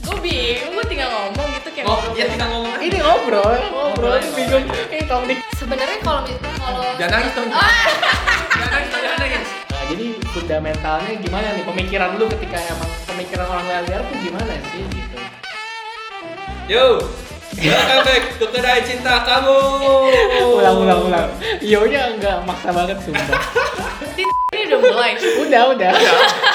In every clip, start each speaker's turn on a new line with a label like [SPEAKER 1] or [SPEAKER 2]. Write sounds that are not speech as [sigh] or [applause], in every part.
[SPEAKER 1] gue bingung gue tinggal ngomong gitu kayak
[SPEAKER 2] Oh, ya tinggal ngomong aja.
[SPEAKER 3] Ini ngobrol, Iya, ngobrol, ini bingung. Ini kamu nih.
[SPEAKER 1] sebenarnya kalau mi- kalau
[SPEAKER 2] Jangan nangis dong. Jangan nangis, jangan nangis.
[SPEAKER 3] Nah, jadi fundamentalnya gimana nih pemikiran lu ketika emang pemikiran orang LDR tuh gimana sih gitu?
[SPEAKER 2] Yo, welcome back ke kedai cinta kamu.
[SPEAKER 3] Ulang, ulang, ulang. Yo nya enggak Iya, maksa banget sumpah.
[SPEAKER 1] di ini udah mulai
[SPEAKER 3] [laughs] udah, udah.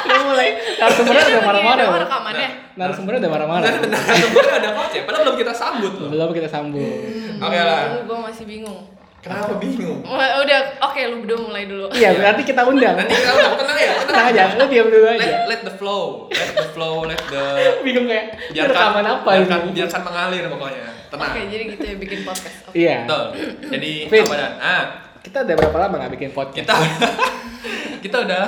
[SPEAKER 3] udah mulai. Narasumbernya udah marah-marah. ya?
[SPEAKER 1] Ini
[SPEAKER 3] loh.
[SPEAKER 1] rekamannya
[SPEAKER 3] Narasumbernya udah marah-marah.
[SPEAKER 2] Benar, benar. Sebenarnya ada kocek, padahal belum kita sambut loh.
[SPEAKER 3] Belum kita sambung.
[SPEAKER 2] Nah, Oke lah.
[SPEAKER 1] gue masih bingung
[SPEAKER 2] Kenapa bingung?
[SPEAKER 1] Wah, udah oke lu udah mulai dulu
[SPEAKER 3] Iya, berarti kita undang.
[SPEAKER 2] Nanti kita udah tenang ya, tenang
[SPEAKER 3] Tenang aja, lu diam dulu
[SPEAKER 2] Let,
[SPEAKER 3] aja.
[SPEAKER 2] let the flow, let the flow, let the
[SPEAKER 3] Bingung kayak, ini rekaman apa
[SPEAKER 2] biarkan,
[SPEAKER 3] ini?
[SPEAKER 2] biarkan mengalir pokoknya. Tenang.
[SPEAKER 1] oke jadi gitu ya bikin podcast Oke.
[SPEAKER 3] Iya.
[SPEAKER 2] Betul. Jadi
[SPEAKER 3] Fit.
[SPEAKER 2] apa dan? Ah,
[SPEAKER 3] Kita udah berapa lama nggak bikin podcast?
[SPEAKER 2] kita [laughs] kita udah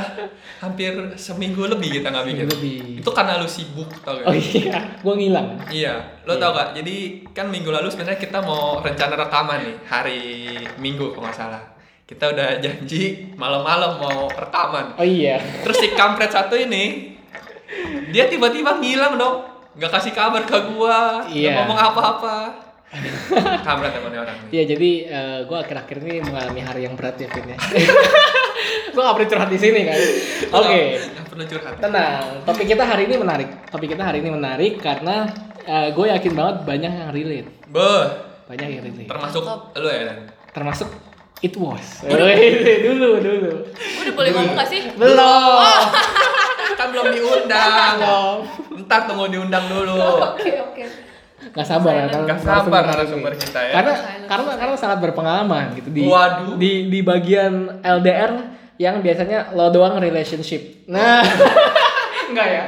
[SPEAKER 2] hampir seminggu lebih kita nggak bikin.
[SPEAKER 3] Seminggu lebih.
[SPEAKER 2] Itu karena lu sibuk tau gak?
[SPEAKER 3] Oh iya, gua ngilang.
[SPEAKER 2] Iya, lo tau gak? Jadi kan minggu lalu sebenarnya kita mau rencana rekaman nih hari Minggu kalau nggak salah. Kita udah janji malam-malam mau rekaman.
[SPEAKER 3] Oh iya.
[SPEAKER 2] Terus si kampret satu ini dia tiba-tiba ngilang dong, nggak kasih kabar ke gua, nggak
[SPEAKER 3] Iya.
[SPEAKER 2] ngomong apa-apa. kampret emang orang.
[SPEAKER 3] Iya, jadi eh, gua akhir-akhir ini mengalami hari yang berat ya, [laughs] Vin ya. Gue gak perlu curhat di sini kan. Oke,
[SPEAKER 2] Nggak perlu curhat.
[SPEAKER 3] tenang. Topik kita hari ini menarik. Topik kita hari ini menarik karena gue yakin banget banyak yang relate.
[SPEAKER 2] Beuh,
[SPEAKER 3] Banyak yang relate.
[SPEAKER 2] termasuk lu ya Dan.
[SPEAKER 3] Termasuk it was. Wih, dulu, dulu. Oh.
[SPEAKER 1] udah boleh ngomong gak sih
[SPEAKER 3] Belum.
[SPEAKER 2] Kan belum diundang.
[SPEAKER 3] Belum.
[SPEAKER 2] Ntar tunggu diundang dulu.
[SPEAKER 1] oke oke
[SPEAKER 3] Gak sabar ya, kalau
[SPEAKER 2] Nggak sabar narasumber
[SPEAKER 3] ini.
[SPEAKER 2] kita ya.
[SPEAKER 3] Karena karena karena sangat berpengalaman gitu di
[SPEAKER 2] Waduh.
[SPEAKER 3] di di bagian LDR yang biasanya lo doang relationship.
[SPEAKER 2] [laughs]
[SPEAKER 3] Nah, enggak ya?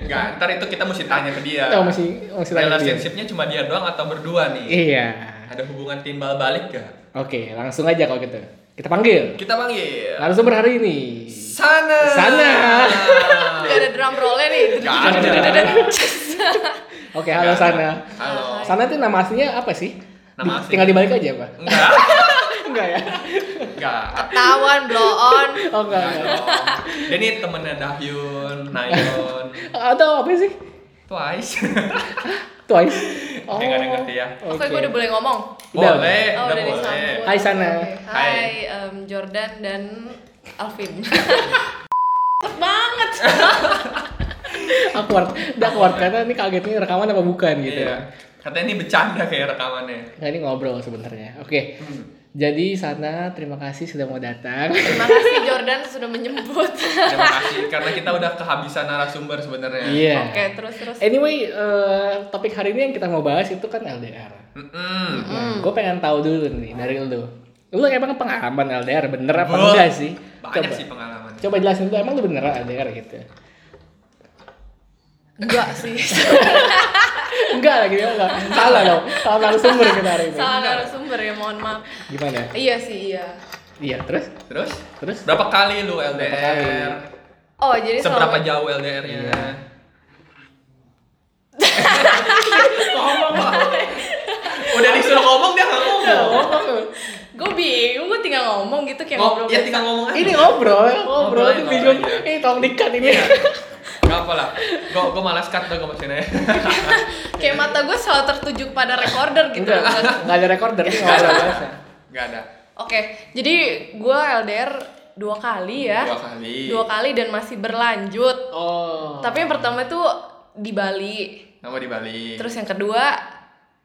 [SPEAKER 2] Enggak, ntar itu kita mesti tanya ke dia.
[SPEAKER 3] [laughs] Oh, masih masih tanya dia.
[SPEAKER 2] Relationship-nya cuma dia doang atau berdua nih?
[SPEAKER 3] Iya.
[SPEAKER 2] Ada hubungan timbal balik gak?
[SPEAKER 3] Oke, langsung aja kalau gitu. Kita panggil
[SPEAKER 2] Kita panggil
[SPEAKER 3] narasumber hari ini.
[SPEAKER 2] Sana.
[SPEAKER 3] Nah. Sana.
[SPEAKER 1] Gak ada drum rollnya nih
[SPEAKER 2] Gak ada.
[SPEAKER 3] Oke, halo
[SPEAKER 2] Gak ada.
[SPEAKER 3] Sana.
[SPEAKER 2] Halo.
[SPEAKER 3] Sana itu nama aslinya apa sih?
[SPEAKER 2] Nama
[SPEAKER 3] Di-
[SPEAKER 2] asli.
[SPEAKER 3] Tinggal dibalik aja, Pak.
[SPEAKER 2] Enggak.
[SPEAKER 3] enggak ya?
[SPEAKER 2] Enggak.
[SPEAKER 1] tawan blow on
[SPEAKER 3] Oh, enggak.
[SPEAKER 2] Enggak
[SPEAKER 3] enggak.
[SPEAKER 2] dong. Dia ini temennya Dahyun, Nayon,
[SPEAKER 3] Atau apa sih? [laughs]
[SPEAKER 2] Twice.
[SPEAKER 3] Twice. Oh.
[SPEAKER 2] Dia nggak ada ngerti ya.
[SPEAKER 1] oke gue udah boleh ngomong
[SPEAKER 3] Udah.
[SPEAKER 2] Boleh,
[SPEAKER 1] Oh,
[SPEAKER 2] Eh, udah
[SPEAKER 1] udah
[SPEAKER 2] boleh.
[SPEAKER 1] disambut.
[SPEAKER 3] Hai, Sana.
[SPEAKER 1] Oke.
[SPEAKER 2] Hai.
[SPEAKER 1] Hai, em, Jordan dan Alvin. [laughs] Cepet banget.
[SPEAKER 3] awkward udah awkward karena ini kaget nih rekaman apa bukan gitu
[SPEAKER 2] Iya. Katanya ini bercanda kayak rekamannya.
[SPEAKER 3] nah ini ngobrol sebenarnya oke
[SPEAKER 2] Hmm.
[SPEAKER 3] jadi sana terima kasih sudah mau datang
[SPEAKER 1] [laughs] Terima kasih Jordan sudah
[SPEAKER 2] [laughs]
[SPEAKER 1] menjemput.
[SPEAKER 2] Terima kasih karena kita udah kehabisan narasumber sebenarnya.
[SPEAKER 3] iya
[SPEAKER 1] Oke, terus terus.
[SPEAKER 3] anyway eh, topik hari ini yang kita mau bahas itu kan LDR
[SPEAKER 2] Mm-mm.
[SPEAKER 3] nah, gue pengen tahu dulu nih dari lu lu emang pengalaman LDR bener apa
[SPEAKER 2] Wah,
[SPEAKER 3] enggak sih
[SPEAKER 2] Banyak
[SPEAKER 3] coba
[SPEAKER 2] sih pengalaman.
[SPEAKER 3] coba jelasin dulu emang lu beneran LDR gitu
[SPEAKER 1] Enggak sih. [laughs]
[SPEAKER 3] enggak lagi enggak salah dong salah narasumber kita hari ini
[SPEAKER 1] Salah narasumber ya, mohon maaf.
[SPEAKER 3] gimana
[SPEAKER 1] Iya sih, iya.
[SPEAKER 3] iya terus
[SPEAKER 2] Terus?
[SPEAKER 3] terus
[SPEAKER 2] Berapa kali lu
[SPEAKER 3] kali?
[SPEAKER 2] LDR?
[SPEAKER 1] Oh, jadi selama
[SPEAKER 2] Seberapa jauh LDR-nya? [laughs]
[SPEAKER 3] ngomong
[SPEAKER 2] Udah disuruh ngomong dia nggak ngomong.
[SPEAKER 1] gue bingung, gue tinggal ngomong gitu kayak
[SPEAKER 2] Ngom-
[SPEAKER 1] ngobrol.
[SPEAKER 2] ya tinggal ngomong aja.
[SPEAKER 3] ini ngobrol ya. ngobrol ini
[SPEAKER 2] Ngobrol,
[SPEAKER 3] bingung
[SPEAKER 2] ngobrol,
[SPEAKER 3] ini tolong dikat ini
[SPEAKER 2] Gak apa lah. Gue gue malas cut tuh gue [laughs] maksudnya.
[SPEAKER 1] Kayak mata gue selalu tertuju pada recorder gitu.
[SPEAKER 3] [laughs] enggak enggak ada recorder ini ngobrol biasa
[SPEAKER 2] Gak ada.
[SPEAKER 1] Oke, jadi gue LDR dua kali ya.
[SPEAKER 2] Dua kali.
[SPEAKER 1] Dua kali dan masih berlanjut.
[SPEAKER 3] oh
[SPEAKER 1] Tapi yang pertama itu di Bali.
[SPEAKER 2] Nama di Bali.
[SPEAKER 1] Terus yang kedua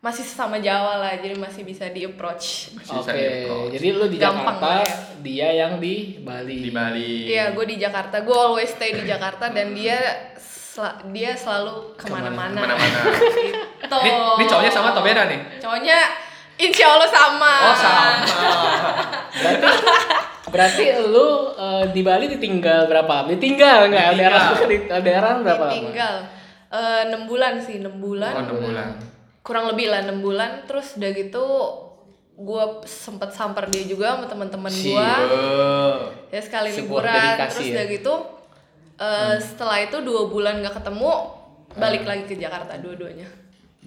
[SPEAKER 1] masih sesama Jawa lah, jadi masih bisa di approach.
[SPEAKER 2] Masih
[SPEAKER 3] oke
[SPEAKER 2] bisa di-approach.
[SPEAKER 3] jadi lu di
[SPEAKER 1] Gampang
[SPEAKER 3] Jakarta
[SPEAKER 1] lah ya.
[SPEAKER 3] dia yang di Bali
[SPEAKER 2] di Bali.
[SPEAKER 1] Iya, gue di Jakarta. Gue always stay di Jakarta dan dia sel- dia selalu kemana-mana. [laughs]
[SPEAKER 2] Kemana-mana.
[SPEAKER 1] Gitu.
[SPEAKER 2] Ini, ini cowoknya sama atau beda nih?
[SPEAKER 1] Cowoknya Insya Allah sama.
[SPEAKER 2] Oh
[SPEAKER 1] [laughs]
[SPEAKER 2] sama. Oh,
[SPEAKER 3] berarti berarti lu eh, di Bali ditinggal berapa ditinggal enggak LDR
[SPEAKER 2] Ditinggal.
[SPEAKER 3] [laughs] di LDR berapa lama
[SPEAKER 1] Tinggal eh, 6 bulan sih, 6 bulan.
[SPEAKER 2] Oh enam bulan.
[SPEAKER 1] Kurang lebih lah 6 bulan. Terus udah gitu gue sempet samper dia juga sama teman-teman gue.
[SPEAKER 2] Eh,
[SPEAKER 1] ya sekali
[SPEAKER 3] Sebuah
[SPEAKER 1] liburan
[SPEAKER 3] dedikasi
[SPEAKER 1] terus
[SPEAKER 3] ya.
[SPEAKER 1] udah gitu
[SPEAKER 2] Hmm.
[SPEAKER 1] eh, setelah itu dua bulan nggak ketemu balik lagi ke Jakarta dua-duanya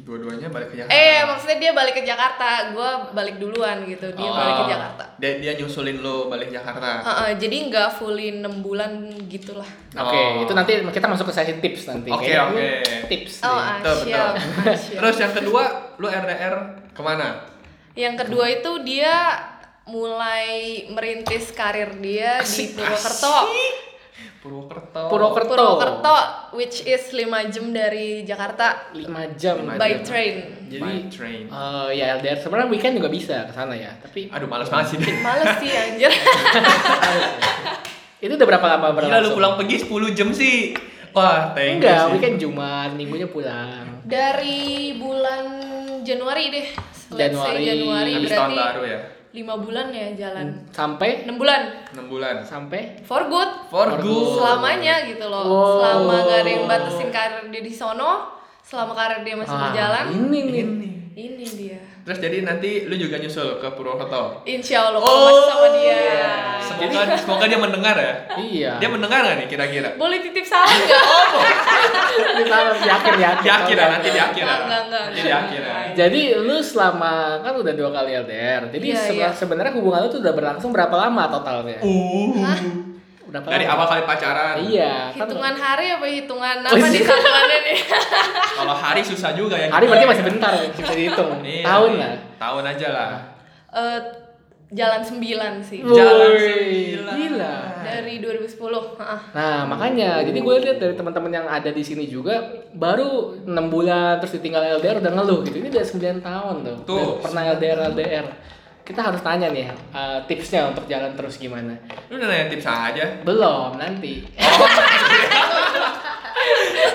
[SPEAKER 2] Dua-duanya balik ke Jakarta.
[SPEAKER 1] Eh maksudnya dia balik ke Jakarta, gue balik duluan gitu. Dia balik ke
[SPEAKER 2] Oh.
[SPEAKER 1] Jakarta.
[SPEAKER 2] Dia dia nyusulin lo balik Jakarta.
[SPEAKER 1] Heeh, jadi nggak fully 6 bulan gitulah.
[SPEAKER 3] Oke, itu nanti kita masuk ke sesi tips nanti.
[SPEAKER 2] Oh. Oke,
[SPEAKER 3] Kayaknya
[SPEAKER 2] oke.
[SPEAKER 3] ini Tips.
[SPEAKER 1] Oh
[SPEAKER 3] nih.
[SPEAKER 2] betul,
[SPEAKER 1] Asyam,
[SPEAKER 2] betul.
[SPEAKER 1] Asyam.
[SPEAKER 2] Terus yang kedua, lu RDR kemana?
[SPEAKER 1] Yang kedua itu dia mulai merintis karir dia di Purwokerto.
[SPEAKER 2] Purwokerto.
[SPEAKER 3] Purwokerto.
[SPEAKER 1] Purwokerto, which is 5 jam dari Jakarta
[SPEAKER 3] 5 jam.
[SPEAKER 2] Lima
[SPEAKER 1] by
[SPEAKER 2] jam.
[SPEAKER 1] train.
[SPEAKER 2] Jadi
[SPEAKER 3] By
[SPEAKER 2] train.
[SPEAKER 3] Eh, ya LDR sebenarnya weekend juga bisa ke sana ya, tapi
[SPEAKER 2] Ah, Aduh, males banget
[SPEAKER 3] [laughs]
[SPEAKER 2] sih. Din.
[SPEAKER 1] Males sih
[SPEAKER 2] [laughs]
[SPEAKER 1] anjir.
[SPEAKER 3] itu udah berapa lama
[SPEAKER 2] Gila
[SPEAKER 3] berlangsung?
[SPEAKER 2] lu pulang ya? pergi 10 jam sih. Wah, thank you
[SPEAKER 3] Enggak,
[SPEAKER 2] sih.
[SPEAKER 3] weekend Jumat, minggunya pulang.
[SPEAKER 1] Dari bulan Januari deh. Let's
[SPEAKER 3] Januari.
[SPEAKER 1] say Januari
[SPEAKER 2] Habis tahun
[SPEAKER 1] berarti
[SPEAKER 2] baru Hmm. ya.
[SPEAKER 1] 5 bulan ya jalan.
[SPEAKER 3] Sampai
[SPEAKER 1] 6 bulan.
[SPEAKER 2] 6 bulan.
[SPEAKER 3] sampai
[SPEAKER 1] For good.
[SPEAKER 2] For
[SPEAKER 3] For
[SPEAKER 2] good.
[SPEAKER 1] selamanya gitu loh
[SPEAKER 3] Wow.
[SPEAKER 1] selama gak ada yang batasin karir dia di sono selama karir dia masih
[SPEAKER 3] Ah,
[SPEAKER 1] berjalan
[SPEAKER 3] Ini nih.
[SPEAKER 1] ini dia
[SPEAKER 2] Terus jadi nanti lu juga nyusul ke Purwokerto. Oh.
[SPEAKER 1] insya
[SPEAKER 3] Oh,
[SPEAKER 1] allah kalau masih sama dia
[SPEAKER 2] Semoga semoga dia mendengar ya.
[SPEAKER 3] Iya.
[SPEAKER 2] Dia
[SPEAKER 3] [laughs]
[SPEAKER 2] mendengar gak nih kira-kira?
[SPEAKER 1] boleh titip salam nggak
[SPEAKER 3] Salam, yakin yakin.
[SPEAKER 2] Di akhir ya, nanti di akhir ya.
[SPEAKER 1] Enggak, enggak, enggak.
[SPEAKER 2] Nanti di akhir ya.
[SPEAKER 3] Jadi lu selama kan udah dua kali LDR. Jadi
[SPEAKER 1] Iya,
[SPEAKER 3] sebe-
[SPEAKER 1] iya.
[SPEAKER 3] sebenarnya hubungan lu tuh udah berlangsung berapa lama totalnya?
[SPEAKER 2] Uh.
[SPEAKER 3] Berapa
[SPEAKER 2] Dari
[SPEAKER 3] lama?
[SPEAKER 2] awal kali pacaran.
[SPEAKER 3] Iya,
[SPEAKER 1] [laughs]
[SPEAKER 3] kan
[SPEAKER 1] hitungan hari apa hitungan
[SPEAKER 3] Oh,
[SPEAKER 1] apa nih
[SPEAKER 3] iya.
[SPEAKER 1] satuannya nih [laughs]
[SPEAKER 2] Kalau hari susah juga ya.
[SPEAKER 3] hari berarti masih bentar bisa dihitung.
[SPEAKER 2] Iya,
[SPEAKER 3] Tahun
[SPEAKER 2] iya.
[SPEAKER 3] lah.
[SPEAKER 2] Tahun aja lah.
[SPEAKER 1] Eh, jalan 9 sih
[SPEAKER 3] Hmm.
[SPEAKER 2] Wuh. Jalan
[SPEAKER 3] Woi,
[SPEAKER 2] sembilan.
[SPEAKER 3] Gila.
[SPEAKER 1] dari 2010 heeh.
[SPEAKER 3] Nah, makanya jadi gue lihat dari teman-teman yang ada di sini juga baru 6 bulan terus ditinggal LDR udah ngeluh gitu. Ini udah 9 tahun tuh.
[SPEAKER 2] Tuh.
[SPEAKER 3] Udah Pernah LDR LDR. Kita harus tanya nih eh, tipsnya untuk jalan terus gimana.
[SPEAKER 2] Lu udah nanya tips aja.
[SPEAKER 3] Belum, nanti.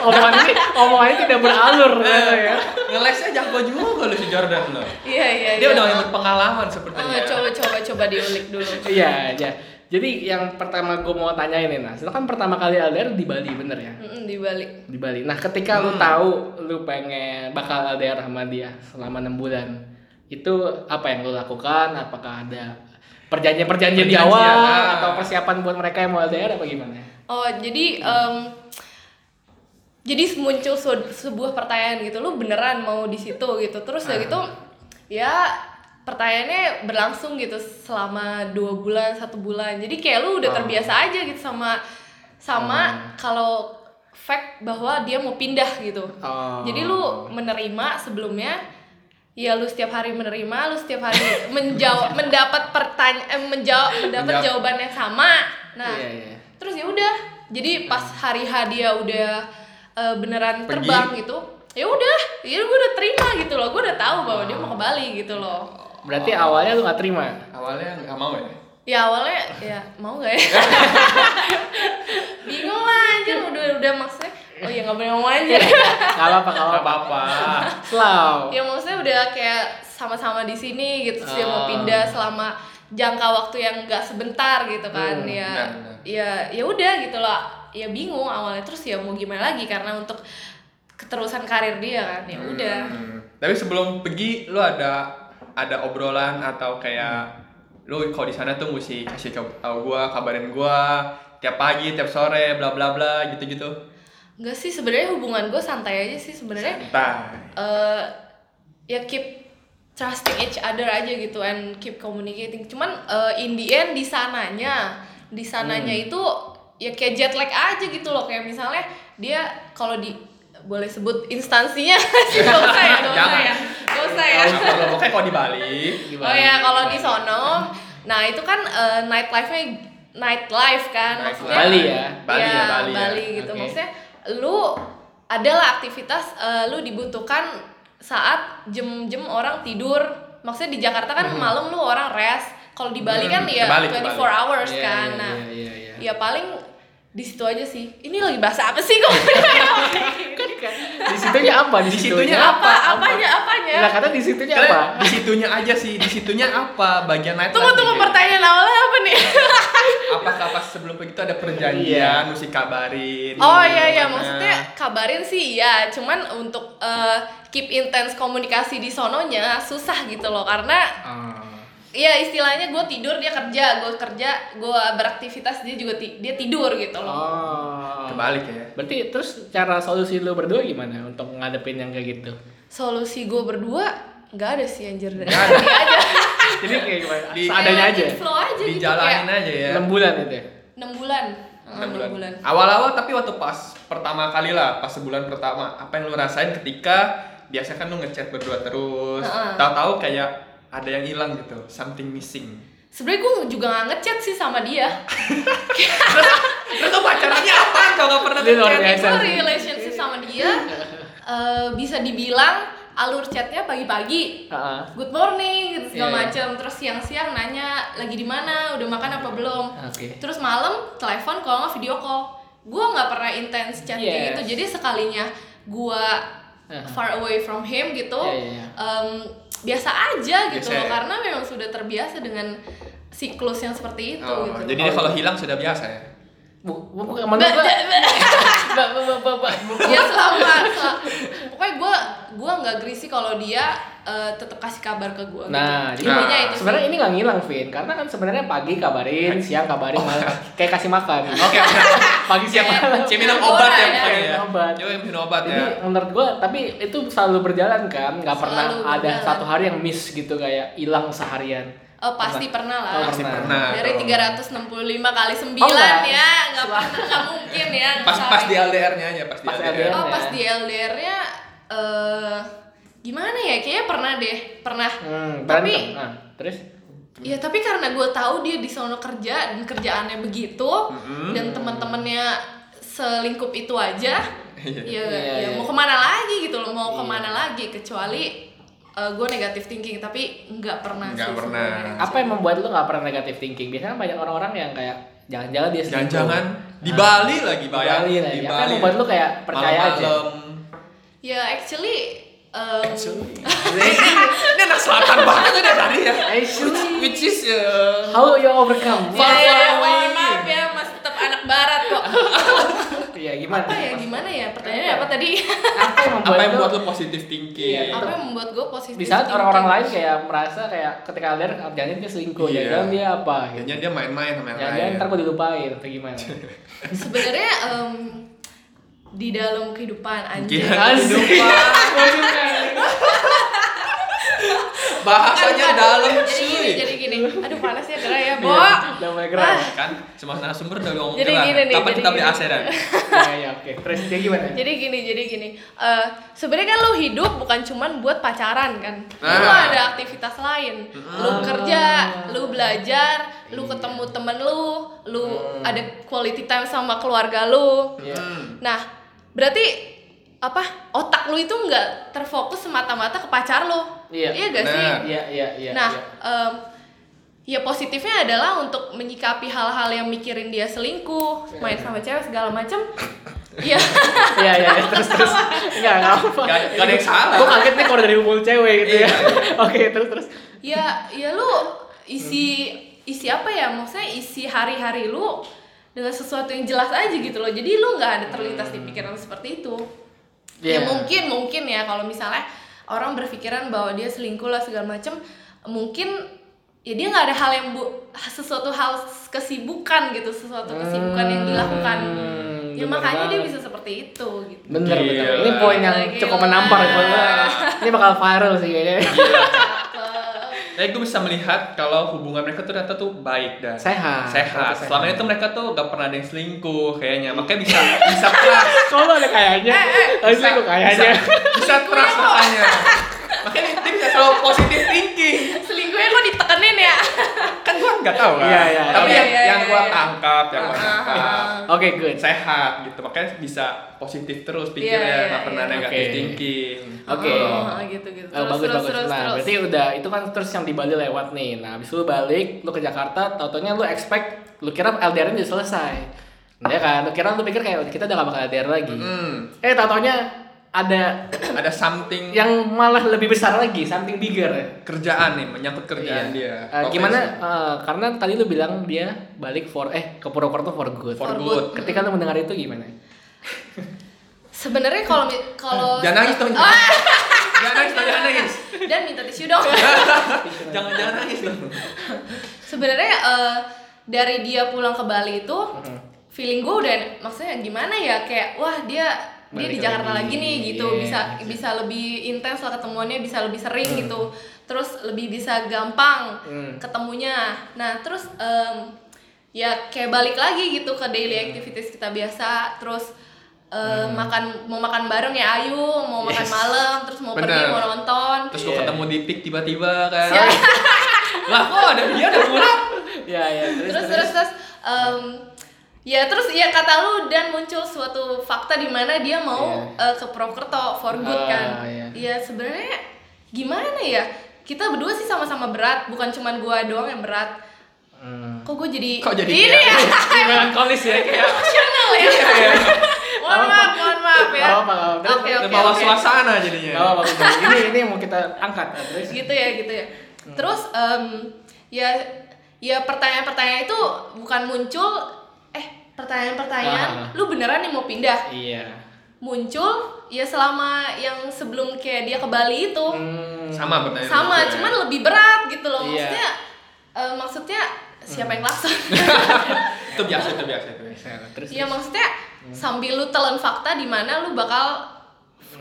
[SPEAKER 3] omongan ini, omongan ini tidak beralur ternyata ya.
[SPEAKER 2] Nah. Ngelesnya jago juga lu si Jordan lo.
[SPEAKER 1] iya iya
[SPEAKER 2] Dia
[SPEAKER 1] iya.
[SPEAKER 2] udah yang berpengalaman
[SPEAKER 1] Eh,
[SPEAKER 2] sepertinya.
[SPEAKER 1] coba coba coba diulik dulu
[SPEAKER 3] Iya, iya. Jadi yang pertama gue mau tanyain nih, Nas, itu kan pertama kali LDR di Bali, bener ya?
[SPEAKER 1] Mm-mm, di Bali
[SPEAKER 3] Di Bali. Nah, ketika lu tahu lu pengen bakal LDR sama dia selama enam bulan, itu apa yang lu lakukan? Apakah ada perjanjian-perjanjian di awal
[SPEAKER 2] Perjanjian, ah.
[SPEAKER 3] atau persiapan buat mereka yang mau LDR apa gimana?
[SPEAKER 1] Oh, jadi em, jadi muncul se- sebuah pertanyaan gitu, lu beneran mau di situ gitu. Terus
[SPEAKER 3] Ah.
[SPEAKER 1] udah gitu ya pertanyaannya berlangsung gitu selama dua bulan satu bulan. Jadi kayak lu udah terbiasa aja gitu sama sama kalau fact bahwa dia mau pindah gitu.
[SPEAKER 3] Oh.
[SPEAKER 1] Jadi lu menerima sebelumnya ya lu setiap hari menerima, lu setiap hari
[SPEAKER 3] [laughs]
[SPEAKER 1] menjawab mendapat pertanyaan menjawab mendapat
[SPEAKER 2] Menjawab.
[SPEAKER 1] jawaban yang sama. Nah,
[SPEAKER 3] Iya, iya.
[SPEAKER 1] terus ya udah jadi pas hari H dia udah eh, beneran
[SPEAKER 2] Pergi.
[SPEAKER 1] terbang gitu ya udah ya gue udah terima gitu loh gue udah tahu bahwa dia mau ke Bali gitu loh
[SPEAKER 3] Berarti awalnya lu gak terima.
[SPEAKER 2] Awalnya nggak mau ya.
[SPEAKER 1] ya awalnya ya mau nggak ya bingung lah anjir udah udah maksudnya oh ya nggak boleh ngomong anjir
[SPEAKER 3] Gak apa-apa,
[SPEAKER 1] Oh.
[SPEAKER 3] gak
[SPEAKER 2] Gak
[SPEAKER 3] apa-apa.
[SPEAKER 2] apa-apa.
[SPEAKER 3] Slow.
[SPEAKER 1] ya maksudnya udah kayak sama-sama di sini gitu terus dia
[SPEAKER 3] Ah.
[SPEAKER 1] mau pindah selama jangka waktu yang nggak sebentar gitu kan ya
[SPEAKER 2] Hmm, benar, benar.
[SPEAKER 1] ya ya udah gitu loh ya bingung awalnya terus ya mau gimana lagi karena untuk keterusan karir dia kan ya [laughs] udah
[SPEAKER 2] Hmm. Tapi sebelum pergi lu ada ada obrolan atau kayak lu kalau di sana tuh mesti kasih kab- tahu gua, kabarin gua tiap pagi, tiap sore, bla bla bla gitu-gitu.
[SPEAKER 1] nggak sih sebenarnya hubungan gue santai aja sih sebenarnya
[SPEAKER 2] Entah.
[SPEAKER 1] eh ya keep trusting each other aja gitu and keep communicating cuman eh, in the end di sananya di sananya itu ya kayak jet lag aja gitu loh kayak misalnya dia kalau di boleh sebut instansinya [laughs] sih gak usah ya gak usah ya gak usah ya
[SPEAKER 2] Kalau kalau pokoknya kalau di Bali,
[SPEAKER 1] oh ya kalau di sono nah itu kan eh, nightlife-nya nightlife kan
[SPEAKER 2] naik
[SPEAKER 1] maksudnya
[SPEAKER 2] lah.
[SPEAKER 3] Bali ya?
[SPEAKER 2] Bali ya, Bali. ya.
[SPEAKER 1] gitu.
[SPEAKER 3] Oke.
[SPEAKER 1] Maksudnya lu adalah aktivitas eh, lu dibutuhkan saat jam-jam orang tidur. Maksudnya di Jakarta kan malam lu orang rest. Kalau di Bali kan
[SPEAKER 2] Hmm,
[SPEAKER 1] ya 24
[SPEAKER 2] kebalik, kebalik.
[SPEAKER 1] hours
[SPEAKER 3] Iya,
[SPEAKER 1] kan.
[SPEAKER 3] iya,
[SPEAKER 1] Nah,
[SPEAKER 3] iya, iya, iya.
[SPEAKER 1] ya paling di situ aja sih. Ini lagi bahasa apa sih kok?
[SPEAKER 3] Kan Di situnya apa? Di situnya
[SPEAKER 1] apa? Apanya? Apanya?
[SPEAKER 3] Nah, kata di situnya
[SPEAKER 2] Kalian
[SPEAKER 3] apa?
[SPEAKER 2] Di situnya aja sih, di situnya apa? Bagian naik
[SPEAKER 1] Tunggu tunggu pertanyaan awalnya apa nih?
[SPEAKER 2] Apakah pas sebelum pergi itu ada perjanjian,
[SPEAKER 3] Iya.
[SPEAKER 2] mesti kabarin.
[SPEAKER 1] Oh iya iya
[SPEAKER 2] gimana?
[SPEAKER 1] maksudnya kabarin sih ya, cuman untuk eh, keep intense komunikasi di sononya susah gitu loh karena Iya istilahnya gue tidur dia kerja, gue kerja gue beraktivitas dia juga ti- dia tidur gitu loh.
[SPEAKER 3] Oh.
[SPEAKER 2] kebalik ya.
[SPEAKER 3] Berarti terus cara solusi lu berdua gimana untuk ngadepin yang kayak gitu?
[SPEAKER 1] solusi gue berdua nggak ada sih anjir dari
[SPEAKER 2] Nggak ada.
[SPEAKER 1] hati aja
[SPEAKER 3] Jadi kayak gimana?
[SPEAKER 2] Di-
[SPEAKER 3] Seadanya aja.
[SPEAKER 1] Kayak flow aja gitu
[SPEAKER 2] dijalanin
[SPEAKER 1] kayak
[SPEAKER 2] aja ya
[SPEAKER 3] 6 bulan itu ya.
[SPEAKER 1] 6 bulan
[SPEAKER 2] Enam
[SPEAKER 1] 6 Ah, bulan
[SPEAKER 2] Awal-awal tapi waktu pas pertama kali lah, pas sebulan pertama, apa yang lu rasain ketika biasa kan lu ngechat berdua terus,
[SPEAKER 1] Heeh.
[SPEAKER 2] tahu-tahu kayak ada yang hilang gitu, something missing.
[SPEAKER 1] sebenarnya gue juga nggak ngechat sih sama dia
[SPEAKER 2] Terus tuh pacarannya apa? Kalau nggak pernah
[SPEAKER 3] Lu luar
[SPEAKER 2] ngechat. Oh,
[SPEAKER 3] biasa.
[SPEAKER 1] gue relationship sama dia eh, bisa dibilang alur chatnya pagi-pagi
[SPEAKER 3] Heeh.
[SPEAKER 1] good morning gitu segala
[SPEAKER 3] Iya, iya.
[SPEAKER 1] macem terus siang-siang nanya lagi di mana udah makan apa belum
[SPEAKER 3] Oke.
[SPEAKER 1] terus malam telepon kalau nggak video call gue nggak pernah intens chat kayak
[SPEAKER 3] Yes.
[SPEAKER 1] gitu jadi sekalinya gue
[SPEAKER 3] Aha.
[SPEAKER 1] far away from him gitu
[SPEAKER 3] Iya, iya, iya.
[SPEAKER 1] em, biasa aja gitu
[SPEAKER 2] Biasa
[SPEAKER 1] loh
[SPEAKER 2] ya.
[SPEAKER 1] karena memang sudah terbiasa dengan siklus yang seperti itu
[SPEAKER 2] Oh,
[SPEAKER 1] gitu
[SPEAKER 2] jadi dia kalau hilang sudah biasa
[SPEAKER 1] [laughs]
[SPEAKER 2] ya.
[SPEAKER 3] Bu, bu, bukan
[SPEAKER 1] Ba-
[SPEAKER 3] mana, Mbak?
[SPEAKER 1] ba- ba-
[SPEAKER 3] [laughs] Mbak, Mbak, Mbak, Mbak, Mbak, Mbak.
[SPEAKER 1] ya selama sel- pokoknya gue gue nggak gerisi kalau dia eh, tetap kasih kabar ke gue
[SPEAKER 3] Nah,
[SPEAKER 1] gitu.
[SPEAKER 3] jadi
[SPEAKER 1] intinya
[SPEAKER 2] nah,
[SPEAKER 1] itu sih.
[SPEAKER 3] Sebenarnya ini nggak ngilang, Vin, karena kan sebenarnya pagi Oh. kabarin, siang kabarin, malam kayak kasih [laughs] makan.
[SPEAKER 2] Oke, oke.
[SPEAKER 3] Pagi siang malam.
[SPEAKER 2] Cek minum obat ya
[SPEAKER 1] Iya,
[SPEAKER 2] pokoknya ya.
[SPEAKER 3] minum obat.
[SPEAKER 2] Coba minum obat ya.
[SPEAKER 3] Jadi menurut gua tapi itu Iya. selalu berjalan kan, nggak pernah
[SPEAKER 1] Selalu
[SPEAKER 3] ada
[SPEAKER 1] berjalan.
[SPEAKER 3] satu hari yang miss gitu kayak hilang seharian.
[SPEAKER 1] Eh, pasti pernah lah
[SPEAKER 3] Oh,
[SPEAKER 2] Pasti pernah.
[SPEAKER 1] dari
[SPEAKER 2] tuh.
[SPEAKER 1] 365 kali 9
[SPEAKER 3] Oh, enggak.
[SPEAKER 1] ya nggak pernah nggak mungkin ya nggak
[SPEAKER 2] Pas pas di
[SPEAKER 1] sampai.
[SPEAKER 2] LDR-nya aja, pas di
[SPEAKER 3] Pas
[SPEAKER 2] LDR.
[SPEAKER 3] LDR.
[SPEAKER 1] oh
[SPEAKER 3] ya.
[SPEAKER 1] pas di LDR nya eh gimana ya kayaknya pernah deh pernah
[SPEAKER 3] Hmm,
[SPEAKER 1] Tapi-
[SPEAKER 3] berantem. Nah, terus
[SPEAKER 1] ya tapi karena gue tahu dia di sono kerja dan kerjaannya begitu dan teman-temannya selingkup itu aja
[SPEAKER 2] Iya.
[SPEAKER 1] ya,
[SPEAKER 3] Iya,
[SPEAKER 1] ya
[SPEAKER 3] iya.
[SPEAKER 1] mau kemana lagi gitu loh mau kemana lagi kecuali gue negatif thinking tapi nggak pernah sih
[SPEAKER 2] Nggak pernah.
[SPEAKER 1] sebenarnya.
[SPEAKER 3] apa yang membuat lu nggak pernah negatif thinking? Biasanya kan banyak orang-orang yang kayak jangan-jangan dia selingkuh.
[SPEAKER 2] Jangan-jangan di
[SPEAKER 3] Nah,
[SPEAKER 2] Bali lagi
[SPEAKER 3] Iya, di
[SPEAKER 2] bayang.
[SPEAKER 3] Bali lagi. Apa yang membuat lu kayak percaya aja?
[SPEAKER 2] Malam-malam.
[SPEAKER 1] ya actually eh, em,
[SPEAKER 2] Actually. ini anak selatan banget udah tadi ya.
[SPEAKER 3] Actually.
[SPEAKER 2] Which is uh,
[SPEAKER 3] How you overcome?
[SPEAKER 1] ya,
[SPEAKER 2] Far,
[SPEAKER 1] ya,
[SPEAKER 2] far
[SPEAKER 1] ya,
[SPEAKER 2] away.
[SPEAKER 1] mohon maaf ya masih tetap anak barat kok
[SPEAKER 3] Iya, gimana?
[SPEAKER 1] apa ya gimana ya pertanyaannya apa tadi
[SPEAKER 3] Iya, Apa yang membuat,
[SPEAKER 2] apa yang
[SPEAKER 3] lu,
[SPEAKER 2] buat lu positive thinking?
[SPEAKER 3] Iya,
[SPEAKER 1] apa yang membuat gue positif
[SPEAKER 3] di saat
[SPEAKER 1] thinking?
[SPEAKER 3] orang-orang lain kayak merasa kayak ketika LDR kerjanya dia selingkuh,
[SPEAKER 2] Iya.
[SPEAKER 3] jangan dia apa gitu.
[SPEAKER 2] Kayaknya dia main-main sama yang
[SPEAKER 3] Jangan-jangan
[SPEAKER 2] lain.
[SPEAKER 3] ntar gua dilupain atau
[SPEAKER 2] [laughs]
[SPEAKER 3] gimana?
[SPEAKER 1] sebenarnya em, di dalam kehidupan anjir
[SPEAKER 2] Gila.
[SPEAKER 3] Asik. Gua suka.
[SPEAKER 2] Bahasanya
[SPEAKER 1] Bukan,
[SPEAKER 2] dalam
[SPEAKER 1] jadi gini,
[SPEAKER 2] cuy.
[SPEAKER 1] jadi gini aduh panasnya gerah ya bo
[SPEAKER 3] Iya, Udah mulai gerak.
[SPEAKER 1] Ah.
[SPEAKER 2] Kan semua narasumber udah ngomong
[SPEAKER 1] Jadi
[SPEAKER 2] kelar.
[SPEAKER 1] gini nih,
[SPEAKER 2] Kapan
[SPEAKER 1] jadi
[SPEAKER 2] kita beli
[SPEAKER 1] gini.
[SPEAKER 2] AC dan?
[SPEAKER 3] Iya, iya, oke. Terus dia gimana?
[SPEAKER 1] jadi gini jadi gini Eh, sebenarnya kan lo hidup bukan cuman buat pacaran kan
[SPEAKER 3] Nah.
[SPEAKER 1] lo
[SPEAKER 2] Ah.
[SPEAKER 1] ada aktivitas lain lo
[SPEAKER 3] Ah.
[SPEAKER 1] kerja lo belajar lo ketemu
[SPEAKER 3] Iya.
[SPEAKER 1] temen lo lo
[SPEAKER 3] Hmm.
[SPEAKER 1] ada quality time sama keluarga lo
[SPEAKER 3] Iya.
[SPEAKER 2] Hmm.
[SPEAKER 1] nah berarti apa otak lo itu nggak terfokus semata-mata ke pacar lo
[SPEAKER 3] Iya.
[SPEAKER 1] iya gak sih
[SPEAKER 2] Benar.
[SPEAKER 3] Iya, iya, iya.
[SPEAKER 1] nah,
[SPEAKER 3] iya.
[SPEAKER 1] em, ya positifnya adalah untuk menyikapi hal-hal yang mikirin dia selingkuh, main sama cewek segala macem. ya,
[SPEAKER 3] [laughs] Iya, iya, iya. terus terus. Enggak, enggak apa.
[SPEAKER 2] Gak, gak ada yang salah.
[SPEAKER 3] Gua kaget nih kalau dari umur cewek gitu
[SPEAKER 2] Iya,
[SPEAKER 3] ya. [laughs] Oke, terus terus.
[SPEAKER 1] ya, ya lu isi isi apa ya? Maksudnya isi hari-hari lu dengan sesuatu yang jelas aja gitu loh. Jadi lu nggak ada terlintas di pikiran seperti itu. Ya
[SPEAKER 3] Iya.
[SPEAKER 1] mungkin mungkin ya kalau misalnya orang berpikiran bahwa dia selingkuh lah segala macem, mungkin ya dia nggak ada hal yang bu sesuatu hal kesibukan gitu, sesuatu kesibukan yang dilakukan.
[SPEAKER 3] Hmm,
[SPEAKER 1] ya
[SPEAKER 3] bener
[SPEAKER 1] makanya dia
[SPEAKER 3] banget.
[SPEAKER 1] bisa seperti itu gitu.
[SPEAKER 3] Bener, bener.
[SPEAKER 2] Gila.
[SPEAKER 3] Ini poin yang
[SPEAKER 1] Gila.
[SPEAKER 3] cukup menampar buat gua. Ini bakal viral sih kayaknya.
[SPEAKER 2] Iya. Tapi gue bisa melihat kalau hubungan mereka tuh ternyata tuh baik dan
[SPEAKER 3] Sehat.
[SPEAKER 2] Sehat.
[SPEAKER 3] Sehat.
[SPEAKER 2] Selama itu mereka tuh gak pernah ada yang selingkuh kayaknya. Makanya bisa bisa kelas.
[SPEAKER 3] [laughs] Kalau ada kayaknya, harusnya
[SPEAKER 2] Bisa-
[SPEAKER 3] kok kayaknya.
[SPEAKER 2] Bisa, bisa trust makanya. Makanya dia bisa selalu positive thinking.
[SPEAKER 1] Selingkuhnya kok ditekenin ya?
[SPEAKER 2] kan gua nggak tahu kan
[SPEAKER 3] Iya, iya,
[SPEAKER 2] tapi
[SPEAKER 1] iya.
[SPEAKER 2] yang
[SPEAKER 1] Iya, iya,
[SPEAKER 2] yang gua
[SPEAKER 1] iya.
[SPEAKER 2] tangkap yang gua
[SPEAKER 1] Ah,
[SPEAKER 2] tangkap
[SPEAKER 3] Oke, good.
[SPEAKER 2] sehat gitu makanya bisa positif terus pikirnya
[SPEAKER 1] Iya,
[SPEAKER 2] nggak
[SPEAKER 1] iya,
[SPEAKER 2] pernah
[SPEAKER 1] iya.
[SPEAKER 2] negatif
[SPEAKER 3] Oke.
[SPEAKER 2] thinking
[SPEAKER 3] Oke.
[SPEAKER 1] [laughs] Oh, gitu gitu.
[SPEAKER 3] Oh, bagus bagus. nah, berarti udah itu kan terus yang di Bali lewat nih. Nah, habis lu balik, lu ke Jakarta, tautonya lu expect lu kira LDR udah selesai. Nah, ya kan, lu kira lu pikir kayak kita udah gak bakal LDR lagi.
[SPEAKER 2] hmm,
[SPEAKER 3] Eh, tautonya ada
[SPEAKER 2] ada something
[SPEAKER 3] yang malah lebih besar lagi, something bigger.
[SPEAKER 2] kerjaan nih menyangkut kerjaan
[SPEAKER 3] Iya.
[SPEAKER 2] dia
[SPEAKER 3] Eh,
[SPEAKER 2] Profesi.
[SPEAKER 3] gimana eh, karena tadi lu bilang dia balik for eh ke Purwokerto for good.
[SPEAKER 2] for
[SPEAKER 1] For
[SPEAKER 2] good
[SPEAKER 3] Ketika lu mendengar itu gimana?
[SPEAKER 1] Sebenarnya kalau mi- kalau
[SPEAKER 2] jangan nangis dong
[SPEAKER 1] Ah,
[SPEAKER 2] jangan nangis dong, jangan nangis
[SPEAKER 1] dan minta tisu dong.
[SPEAKER 2] jangan jangan nangis dong
[SPEAKER 1] Sebenarnya eh, dari dia pulang ke Bali itu feeling gue udah maksudnya gimana ya kayak wah dia dia di
[SPEAKER 3] Balik
[SPEAKER 1] Jakarta
[SPEAKER 3] lagi.
[SPEAKER 1] lagi nih gitu
[SPEAKER 3] Iya.
[SPEAKER 1] bisa bisa lebih intens lah ketemuannya bisa lebih sering gitu terus lebih bisa gampang
[SPEAKER 3] Hmm.
[SPEAKER 1] ketemunya nah terus em, ya kayak balik lagi gitu ke
[SPEAKER 3] Iya.
[SPEAKER 1] daily activities kita biasa terus em, makan mau makan bareng ya Ayu mau makan
[SPEAKER 3] Mm. Yes.
[SPEAKER 1] malam terus mau pergi
[SPEAKER 2] Bener.
[SPEAKER 1] mau nonton
[SPEAKER 2] Terus gue
[SPEAKER 3] Iya.
[SPEAKER 2] ketemu di pik tiba-tiba kan. lah kok ada dia ada pulang.
[SPEAKER 3] Iya, iya.
[SPEAKER 1] terus terus terus em, ya terus ya kata lu dan muncul suatu fakta di mana dia mau eh, ke Prokerto for good
[SPEAKER 3] Iya. Ah,
[SPEAKER 1] kan
[SPEAKER 3] iya.
[SPEAKER 1] ya sebenarnya gimana ya kita berdua sih sama-sama berat bukan cuman gua doang yang berat
[SPEAKER 3] Hmm.
[SPEAKER 1] kok gue jadi
[SPEAKER 2] Kok jadi
[SPEAKER 1] ini
[SPEAKER 2] dia?
[SPEAKER 1] ya
[SPEAKER 3] [laughs] Ini melankolis ya kayak
[SPEAKER 1] emosional ya mohon maaf mohon maaf ya
[SPEAKER 3] Iya, Gak apa-apa, gak apa-apa.
[SPEAKER 1] oke
[SPEAKER 2] Terbawa
[SPEAKER 1] oke Oh. oke.
[SPEAKER 2] suasana
[SPEAKER 3] Gak
[SPEAKER 2] jadinya.
[SPEAKER 1] [laughs]
[SPEAKER 3] apa-apa, Bang. ini ini yang mau kita angkat nah, terus.
[SPEAKER 1] gitu ya gitu ya
[SPEAKER 3] Hmm.
[SPEAKER 1] terus em, ya ya pertanyaan-pertanyaan itu bukan muncul eh pertanyaan-pertanyaan
[SPEAKER 3] Ah.
[SPEAKER 1] lu beneran nih mau pindah
[SPEAKER 3] Iya.
[SPEAKER 1] muncul ya selama yang sebelum kayak dia ke Bali itu
[SPEAKER 3] Hmm.
[SPEAKER 2] Sama pertanyaan.
[SPEAKER 1] sama
[SPEAKER 2] gue.
[SPEAKER 1] cuman lebih berat gitu loh
[SPEAKER 3] Iya. Hmm.
[SPEAKER 1] maksudnya eh, maksudnya siapa yang
[SPEAKER 3] [laughs]
[SPEAKER 1] lakson
[SPEAKER 2] itu biasa itu biasa itu biasa.
[SPEAKER 3] Nah, terus.
[SPEAKER 1] ya maksudnya
[SPEAKER 3] iya.
[SPEAKER 1] sambil lu telan fakta di mana lu bakal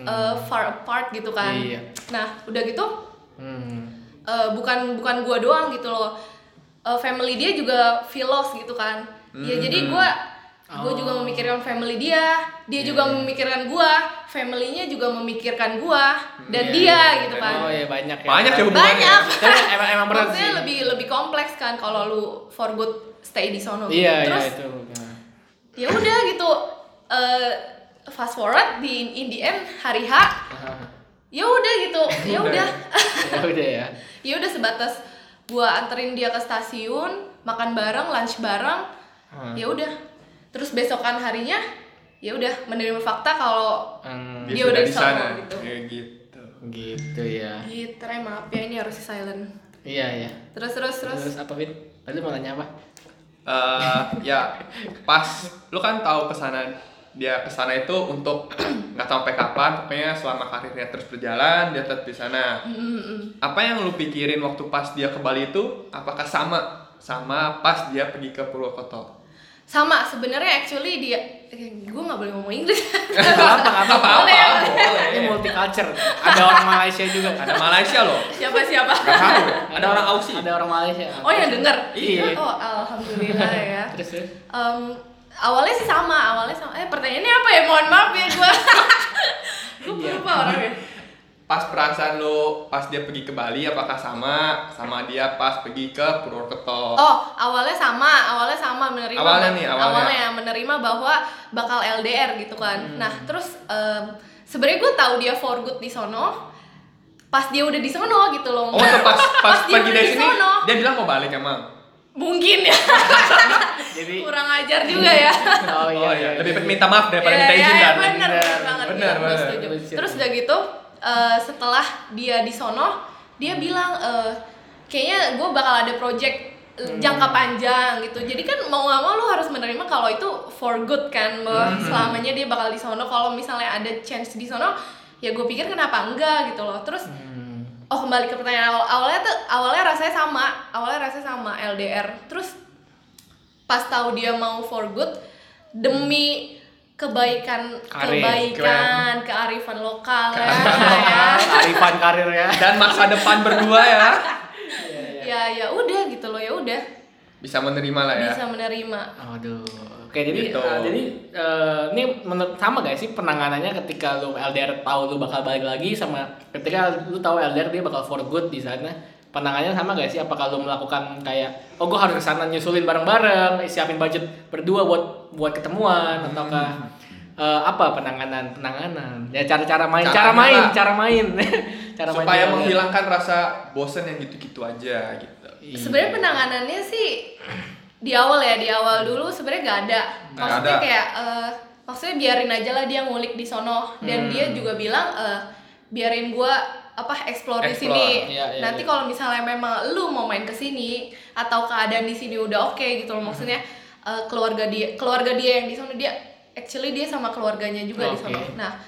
[SPEAKER 1] eh, far apart gitu kan
[SPEAKER 3] Hmm. Iya.
[SPEAKER 1] nah udah gitu
[SPEAKER 3] Hmm.
[SPEAKER 1] Eh, bukan bukan gua doang gitu loh Eh, family dia juga feel lost gitu kan ya
[SPEAKER 3] Hmm,
[SPEAKER 1] jadi gua gua
[SPEAKER 3] Oh.
[SPEAKER 1] juga memikirkan family dia dia
[SPEAKER 3] Iya,
[SPEAKER 1] juga memikirkan gua familynya juga memikirkan gua dan
[SPEAKER 2] Iya,
[SPEAKER 1] dia gitu kan
[SPEAKER 3] Oh Hmm, iya banyak ya.
[SPEAKER 2] Banyak ya hubungannya.
[SPEAKER 1] banyak
[SPEAKER 3] Tapi emang emang berat sih.
[SPEAKER 1] maksudnya lebih lebih kompleks kan kalau lu for good stay di sono
[SPEAKER 3] Iya,
[SPEAKER 1] gitu.
[SPEAKER 3] iya
[SPEAKER 1] terus
[SPEAKER 3] itu. Nah.
[SPEAKER 1] ya udah gitu eh, fast forward di in the end hari H ya udah gitu ya udah
[SPEAKER 3] Nah, [laughs] ya udah ya.
[SPEAKER 1] ya udah sebatas gua anterin dia ke stasiun makan bareng lunch bareng
[SPEAKER 3] Hmm.
[SPEAKER 1] ya udah terus besokan harinya ya udah menerima fakta kalau
[SPEAKER 3] Hmm,
[SPEAKER 1] Dia udah
[SPEAKER 2] sudah
[SPEAKER 1] di sana, gitu.
[SPEAKER 2] Ya gitu.
[SPEAKER 3] gitu ya.
[SPEAKER 1] gitar maaf ya ini harus silent
[SPEAKER 3] Iya, iya.
[SPEAKER 1] terus terus terus
[SPEAKER 3] Terus apa, Vin? Tadi mau nanya apa?
[SPEAKER 2] Eh, ya pas lu kan tahu pesanan dia kesana itu untuk [clears throat] nggak sampai kapan pokoknya selama karirnya terus berjalan dia tetap di sana
[SPEAKER 1] Mm, mm, mm.
[SPEAKER 2] apa yang lu pikirin waktu pas dia ke Bali itu apakah sama sama pas dia pergi ke Purwokerto
[SPEAKER 1] sama sebenarnya actually dia eh, gua nggak boleh ngomong Inggris [laughs]
[SPEAKER 3] Gak apa-apa, gak apa-apa.
[SPEAKER 1] Boleh,
[SPEAKER 2] Oh, iya.
[SPEAKER 3] Ini multi culture. Ada orang Malaysia juga kan.
[SPEAKER 2] ada Malaysia loh
[SPEAKER 1] siapa siapa
[SPEAKER 2] nggak tahu ya? ada orang Aussie
[SPEAKER 3] Ada orang Malaysia.
[SPEAKER 1] oh yang denger
[SPEAKER 3] Iya.
[SPEAKER 1] oh alhamdulillah ya
[SPEAKER 3] Terus terus.
[SPEAKER 1] Em, awalnya sih sama awalnya sama eh pertanyaannya apa ya mohon maaf ya gua [laughs] gua
[SPEAKER 3] Iya.
[SPEAKER 1] lupa orang ya
[SPEAKER 2] pas perasaan lu pas dia pergi ke Bali apakah sama sama dia pas pergi ke Purwokerto
[SPEAKER 1] Oh, awalnya sama, awalnya sama menerima. ya,
[SPEAKER 2] Awalnya nih, awalnya.
[SPEAKER 1] menerima bahwa bakal LDR gitu kan.
[SPEAKER 2] Hmm.
[SPEAKER 1] Nah, terus em, sebenarnya gue tahu dia for good di sono. Pas dia udah di sono gitu loh.
[SPEAKER 2] oh tuh pas pas
[SPEAKER 1] dia udah
[SPEAKER 2] pergi dari
[SPEAKER 1] di
[SPEAKER 2] sini
[SPEAKER 1] sono.
[SPEAKER 2] dia bilang mau balik emang
[SPEAKER 1] Mungkin ya. Oh,
[SPEAKER 3] Jadi
[SPEAKER 1] Kurang ajar juga
[SPEAKER 2] [laughs]
[SPEAKER 1] ya.
[SPEAKER 3] oh iya,
[SPEAKER 2] oh
[SPEAKER 3] iya.
[SPEAKER 2] iya lebih minta maaf daripada
[SPEAKER 1] Iya,
[SPEAKER 2] minta
[SPEAKER 1] iya,
[SPEAKER 2] izin
[SPEAKER 1] iya,
[SPEAKER 2] kan? dan
[SPEAKER 1] bener, bener banget.
[SPEAKER 2] Bener,
[SPEAKER 1] Iya, gua
[SPEAKER 2] bener.
[SPEAKER 1] setuju.
[SPEAKER 3] Bener.
[SPEAKER 1] Terus udah gitu eh, setelah dia di sono, dia
[SPEAKER 2] Hmm.
[SPEAKER 1] bilang eh, kayaknya gue bakal ada project eh,
[SPEAKER 2] Hmm.
[SPEAKER 1] jangka panjang gitu. Jadi kan mau gak mau lu harus menerima kalau itu for good kan, bahwa
[SPEAKER 2] Hmm.
[SPEAKER 1] selamanya dia bakal di sono. Kalau misalnya ada chance di sono, ya gue pikir kenapa enggak gitu loh. Terus
[SPEAKER 3] Hmm.
[SPEAKER 1] Oh kembali ke pertanyaan awal awalnya tuh awalnya rasanya sama awalnya rasanya sama LDR terus pas tahu dia mau for good demi kebaikan
[SPEAKER 3] Karir,
[SPEAKER 1] kebaikan kearifan lokal ya,
[SPEAKER 3] Arifan karir ya.
[SPEAKER 2] dan masa depan berdua ya
[SPEAKER 1] ya ya ya udah gitu loh ya udah
[SPEAKER 2] bisa menerima lah ya
[SPEAKER 1] bisa menerima
[SPEAKER 3] Aduh. Oke, jadi
[SPEAKER 2] Gitu.
[SPEAKER 3] uh, jadi uh, ini menurut sama gak sih penanganannya ketika lu LDR tahu lu bakal balik lagi sama ketika lu tahu LDR dia bakal for good di sana. Penanganannya sama gak sih? Apakah lu melakukan kayak oh gua harus kesana nyusulin bareng-bareng, siapin budget berdua buat buat ketemuan
[SPEAKER 2] Hmm.
[SPEAKER 3] ataukah uh, apa penanganan penanganan ya cara-cara main cara,
[SPEAKER 2] Caranya
[SPEAKER 3] main
[SPEAKER 2] lah.
[SPEAKER 3] cara main [laughs] cara main
[SPEAKER 2] supaya
[SPEAKER 3] di LDR.
[SPEAKER 2] menghilangkan rasa bosen yang gitu-gitu aja gitu
[SPEAKER 3] Iya.
[SPEAKER 1] sebenarnya penanganannya sih di awal ya di awal dulu sebenarnya gak ada
[SPEAKER 2] Nggak
[SPEAKER 1] maksudnya
[SPEAKER 2] ada.
[SPEAKER 1] kayak eh, maksudnya biarin aja lah dia ngulik di sono dan dia
[SPEAKER 3] Hmm.
[SPEAKER 1] juga bilang eh, biarin gua apa explore di
[SPEAKER 2] Explore.
[SPEAKER 1] sini
[SPEAKER 3] Iya, iya,
[SPEAKER 1] nanti
[SPEAKER 3] iya.
[SPEAKER 1] kalau misalnya memang lu mau main ke sini atau keadaan di sini udah oke gitu loh maksudnya
[SPEAKER 3] Hmm.
[SPEAKER 1] eh, keluarga dia keluarga dia yang di sono dia actually dia sama keluarganya juga di
[SPEAKER 3] Oke.
[SPEAKER 1] sono nah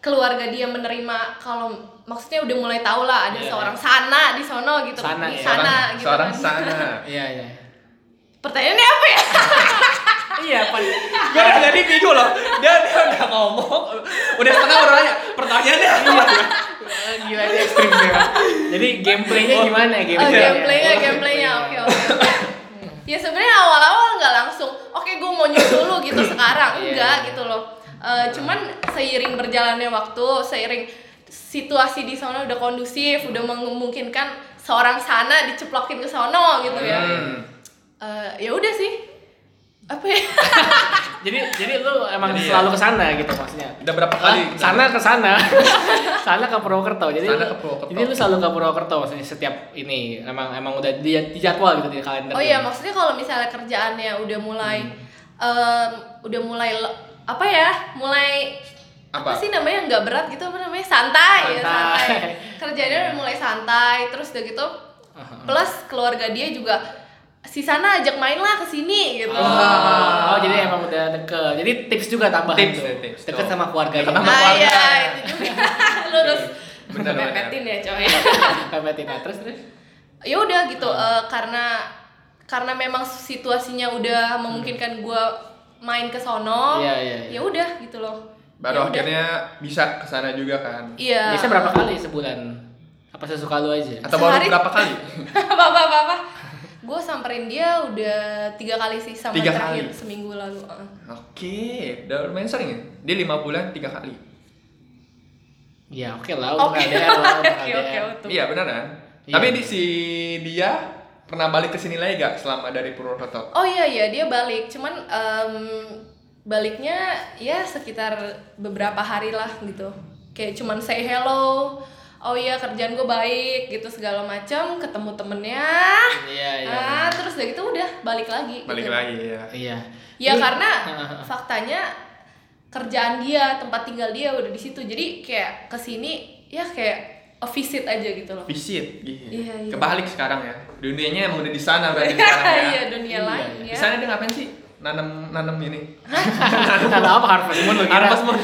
[SPEAKER 1] keluarga dia menerima kalau maksudnya udah mulai tau lah ada
[SPEAKER 3] Iya, iya.
[SPEAKER 1] seorang sana di sono gitu
[SPEAKER 3] Sana
[SPEAKER 1] di
[SPEAKER 3] ya.
[SPEAKER 1] sana
[SPEAKER 2] Seorang-
[SPEAKER 1] [laughs] gitu
[SPEAKER 2] seorang
[SPEAKER 1] kan.
[SPEAKER 2] sana
[SPEAKER 3] iya iya [laughs]
[SPEAKER 1] Pertanyaannya apa ya?
[SPEAKER 2] iya pan gue udah tadi bingung loh dia dia udah ngomong udah setengah udah nanya pertanyaannya
[SPEAKER 3] Eh, Gila ini ekstrim sih. Mas. Jadi gameplaynya gimana
[SPEAKER 1] Oh,
[SPEAKER 3] ya? gameplaynya?
[SPEAKER 1] gameplaynya, gameplaynya, oke oke. oke. ya sebenarnya awal-awal nggak langsung, oke gue mau nyusul lu gitu sekarang,
[SPEAKER 3] Iya,
[SPEAKER 1] enggak
[SPEAKER 3] iya.
[SPEAKER 1] gitu loh. Eh, cuman seiring berjalannya waktu, seiring situasi di sana udah kondusif, udah memungkinkan seorang sana diceplokin ke sono gitu ya.
[SPEAKER 3] Hmm.
[SPEAKER 2] Hmm.
[SPEAKER 1] Eh, ya udah sih. Apa
[SPEAKER 3] [laughs]
[SPEAKER 1] ya?
[SPEAKER 3] Jadi jadi lu emang
[SPEAKER 2] Jadi ya.
[SPEAKER 3] selalu ke sana gitu maksudnya.
[SPEAKER 2] udah berapa
[SPEAKER 3] Ah,
[SPEAKER 2] kali
[SPEAKER 3] sana ke sana. [laughs] sana ke Purwokerto. Jadi
[SPEAKER 2] Sana
[SPEAKER 3] lu-
[SPEAKER 2] ke Purwokerto.
[SPEAKER 3] Jadi lu selalu ke Purwokerto maksudnya setiap ini emang emang udah di- dijadwal gitu di kalender.
[SPEAKER 1] Oh iya, maksudnya kalau misalnya kerjaannya udah mulai
[SPEAKER 3] Hmm.
[SPEAKER 1] em, udah mulai le- apa ya? Mulai apa,
[SPEAKER 2] Apa?
[SPEAKER 1] sih namanya nggak berat gitu apa namanya? Santai, ya,
[SPEAKER 3] Santai.
[SPEAKER 1] santai. Kerjaannya udah mulai santai, terus udah gitu plus keluarga dia juga si sana ajak main lah ke sini gitu.
[SPEAKER 3] Oh, oh, jadi emang udah deket. Jadi tips juga tambahan
[SPEAKER 2] Tips, eh,
[SPEAKER 3] tuh.
[SPEAKER 2] tips,
[SPEAKER 3] Deket
[SPEAKER 2] tuh.
[SPEAKER 3] sama keluarga
[SPEAKER 2] Deket
[SPEAKER 3] ya.
[SPEAKER 2] sama-
[SPEAKER 1] Nah, iya,
[SPEAKER 2] keluarga.
[SPEAKER 1] itu juga. Lu harus
[SPEAKER 2] Bener, bener.
[SPEAKER 1] pepetin ya, coy.
[SPEAKER 3] [laughs] Pepetin Nah, terus terus.
[SPEAKER 1] ya udah gitu eh, karena karena memang situasinya udah memungkinkan gua main ke sono
[SPEAKER 3] Iya, iya,
[SPEAKER 1] ya
[SPEAKER 3] iya.
[SPEAKER 1] udah gitu loh
[SPEAKER 2] baru
[SPEAKER 1] Ya udah.
[SPEAKER 2] akhirnya bisa ke sana juga kan
[SPEAKER 1] iya
[SPEAKER 3] Biasanya berapa kali sebulan? Apa sesuka lu aja?
[SPEAKER 2] atau baru
[SPEAKER 1] Sehari.
[SPEAKER 2] berapa kali
[SPEAKER 1] [laughs] apa apa apa, apa. gue samperin dia udah tiga kali sih sama
[SPEAKER 2] Tiga
[SPEAKER 1] terakhir
[SPEAKER 2] kali?
[SPEAKER 1] seminggu lalu heeh.
[SPEAKER 2] oke udah lumayan sering ya dia lima bulan tiga kali
[SPEAKER 3] Ya oke lah,
[SPEAKER 2] Oh,
[SPEAKER 1] oke
[SPEAKER 3] untuk ADR lah, untuk
[SPEAKER 1] Oh, iya. [laughs] oke oke
[SPEAKER 3] ADR.
[SPEAKER 1] oke.
[SPEAKER 2] iya benar kan
[SPEAKER 3] Iya.
[SPEAKER 2] tapi di si dia pernah balik ke sini lagi gak selama dari Purwokerto
[SPEAKER 1] oh iya iya dia balik cuman em, baliknya ya sekitar beberapa hari lah gitu kayak cuman say hello oh iya kerjaan gue baik gitu segala macam ketemu temennya
[SPEAKER 3] Iya, iya.
[SPEAKER 1] Ah, terus udah gitu udah balik lagi.
[SPEAKER 2] balik
[SPEAKER 1] gitu.
[SPEAKER 2] lagi ya
[SPEAKER 3] Iya.
[SPEAKER 1] Ya
[SPEAKER 3] Ini-
[SPEAKER 1] karena
[SPEAKER 3] Heeh.
[SPEAKER 1] faktanya kerjaan dia, tempat tinggal dia udah di situ. Jadi kayak kesini ya kayak a visit aja gitu loh.
[SPEAKER 2] visit gitu
[SPEAKER 1] Iya, iya.
[SPEAKER 2] kebalik sekarang ya dunianya emang udah di sana
[SPEAKER 1] [laughs]
[SPEAKER 2] berarti sekarang ya
[SPEAKER 1] Iya, dunia lain
[SPEAKER 2] di
[SPEAKER 1] ya.
[SPEAKER 2] sana dia ngapain sih nanam nanam ini
[SPEAKER 3] Tanam apa Harvest Moon lu kira?
[SPEAKER 2] Harvest Moon.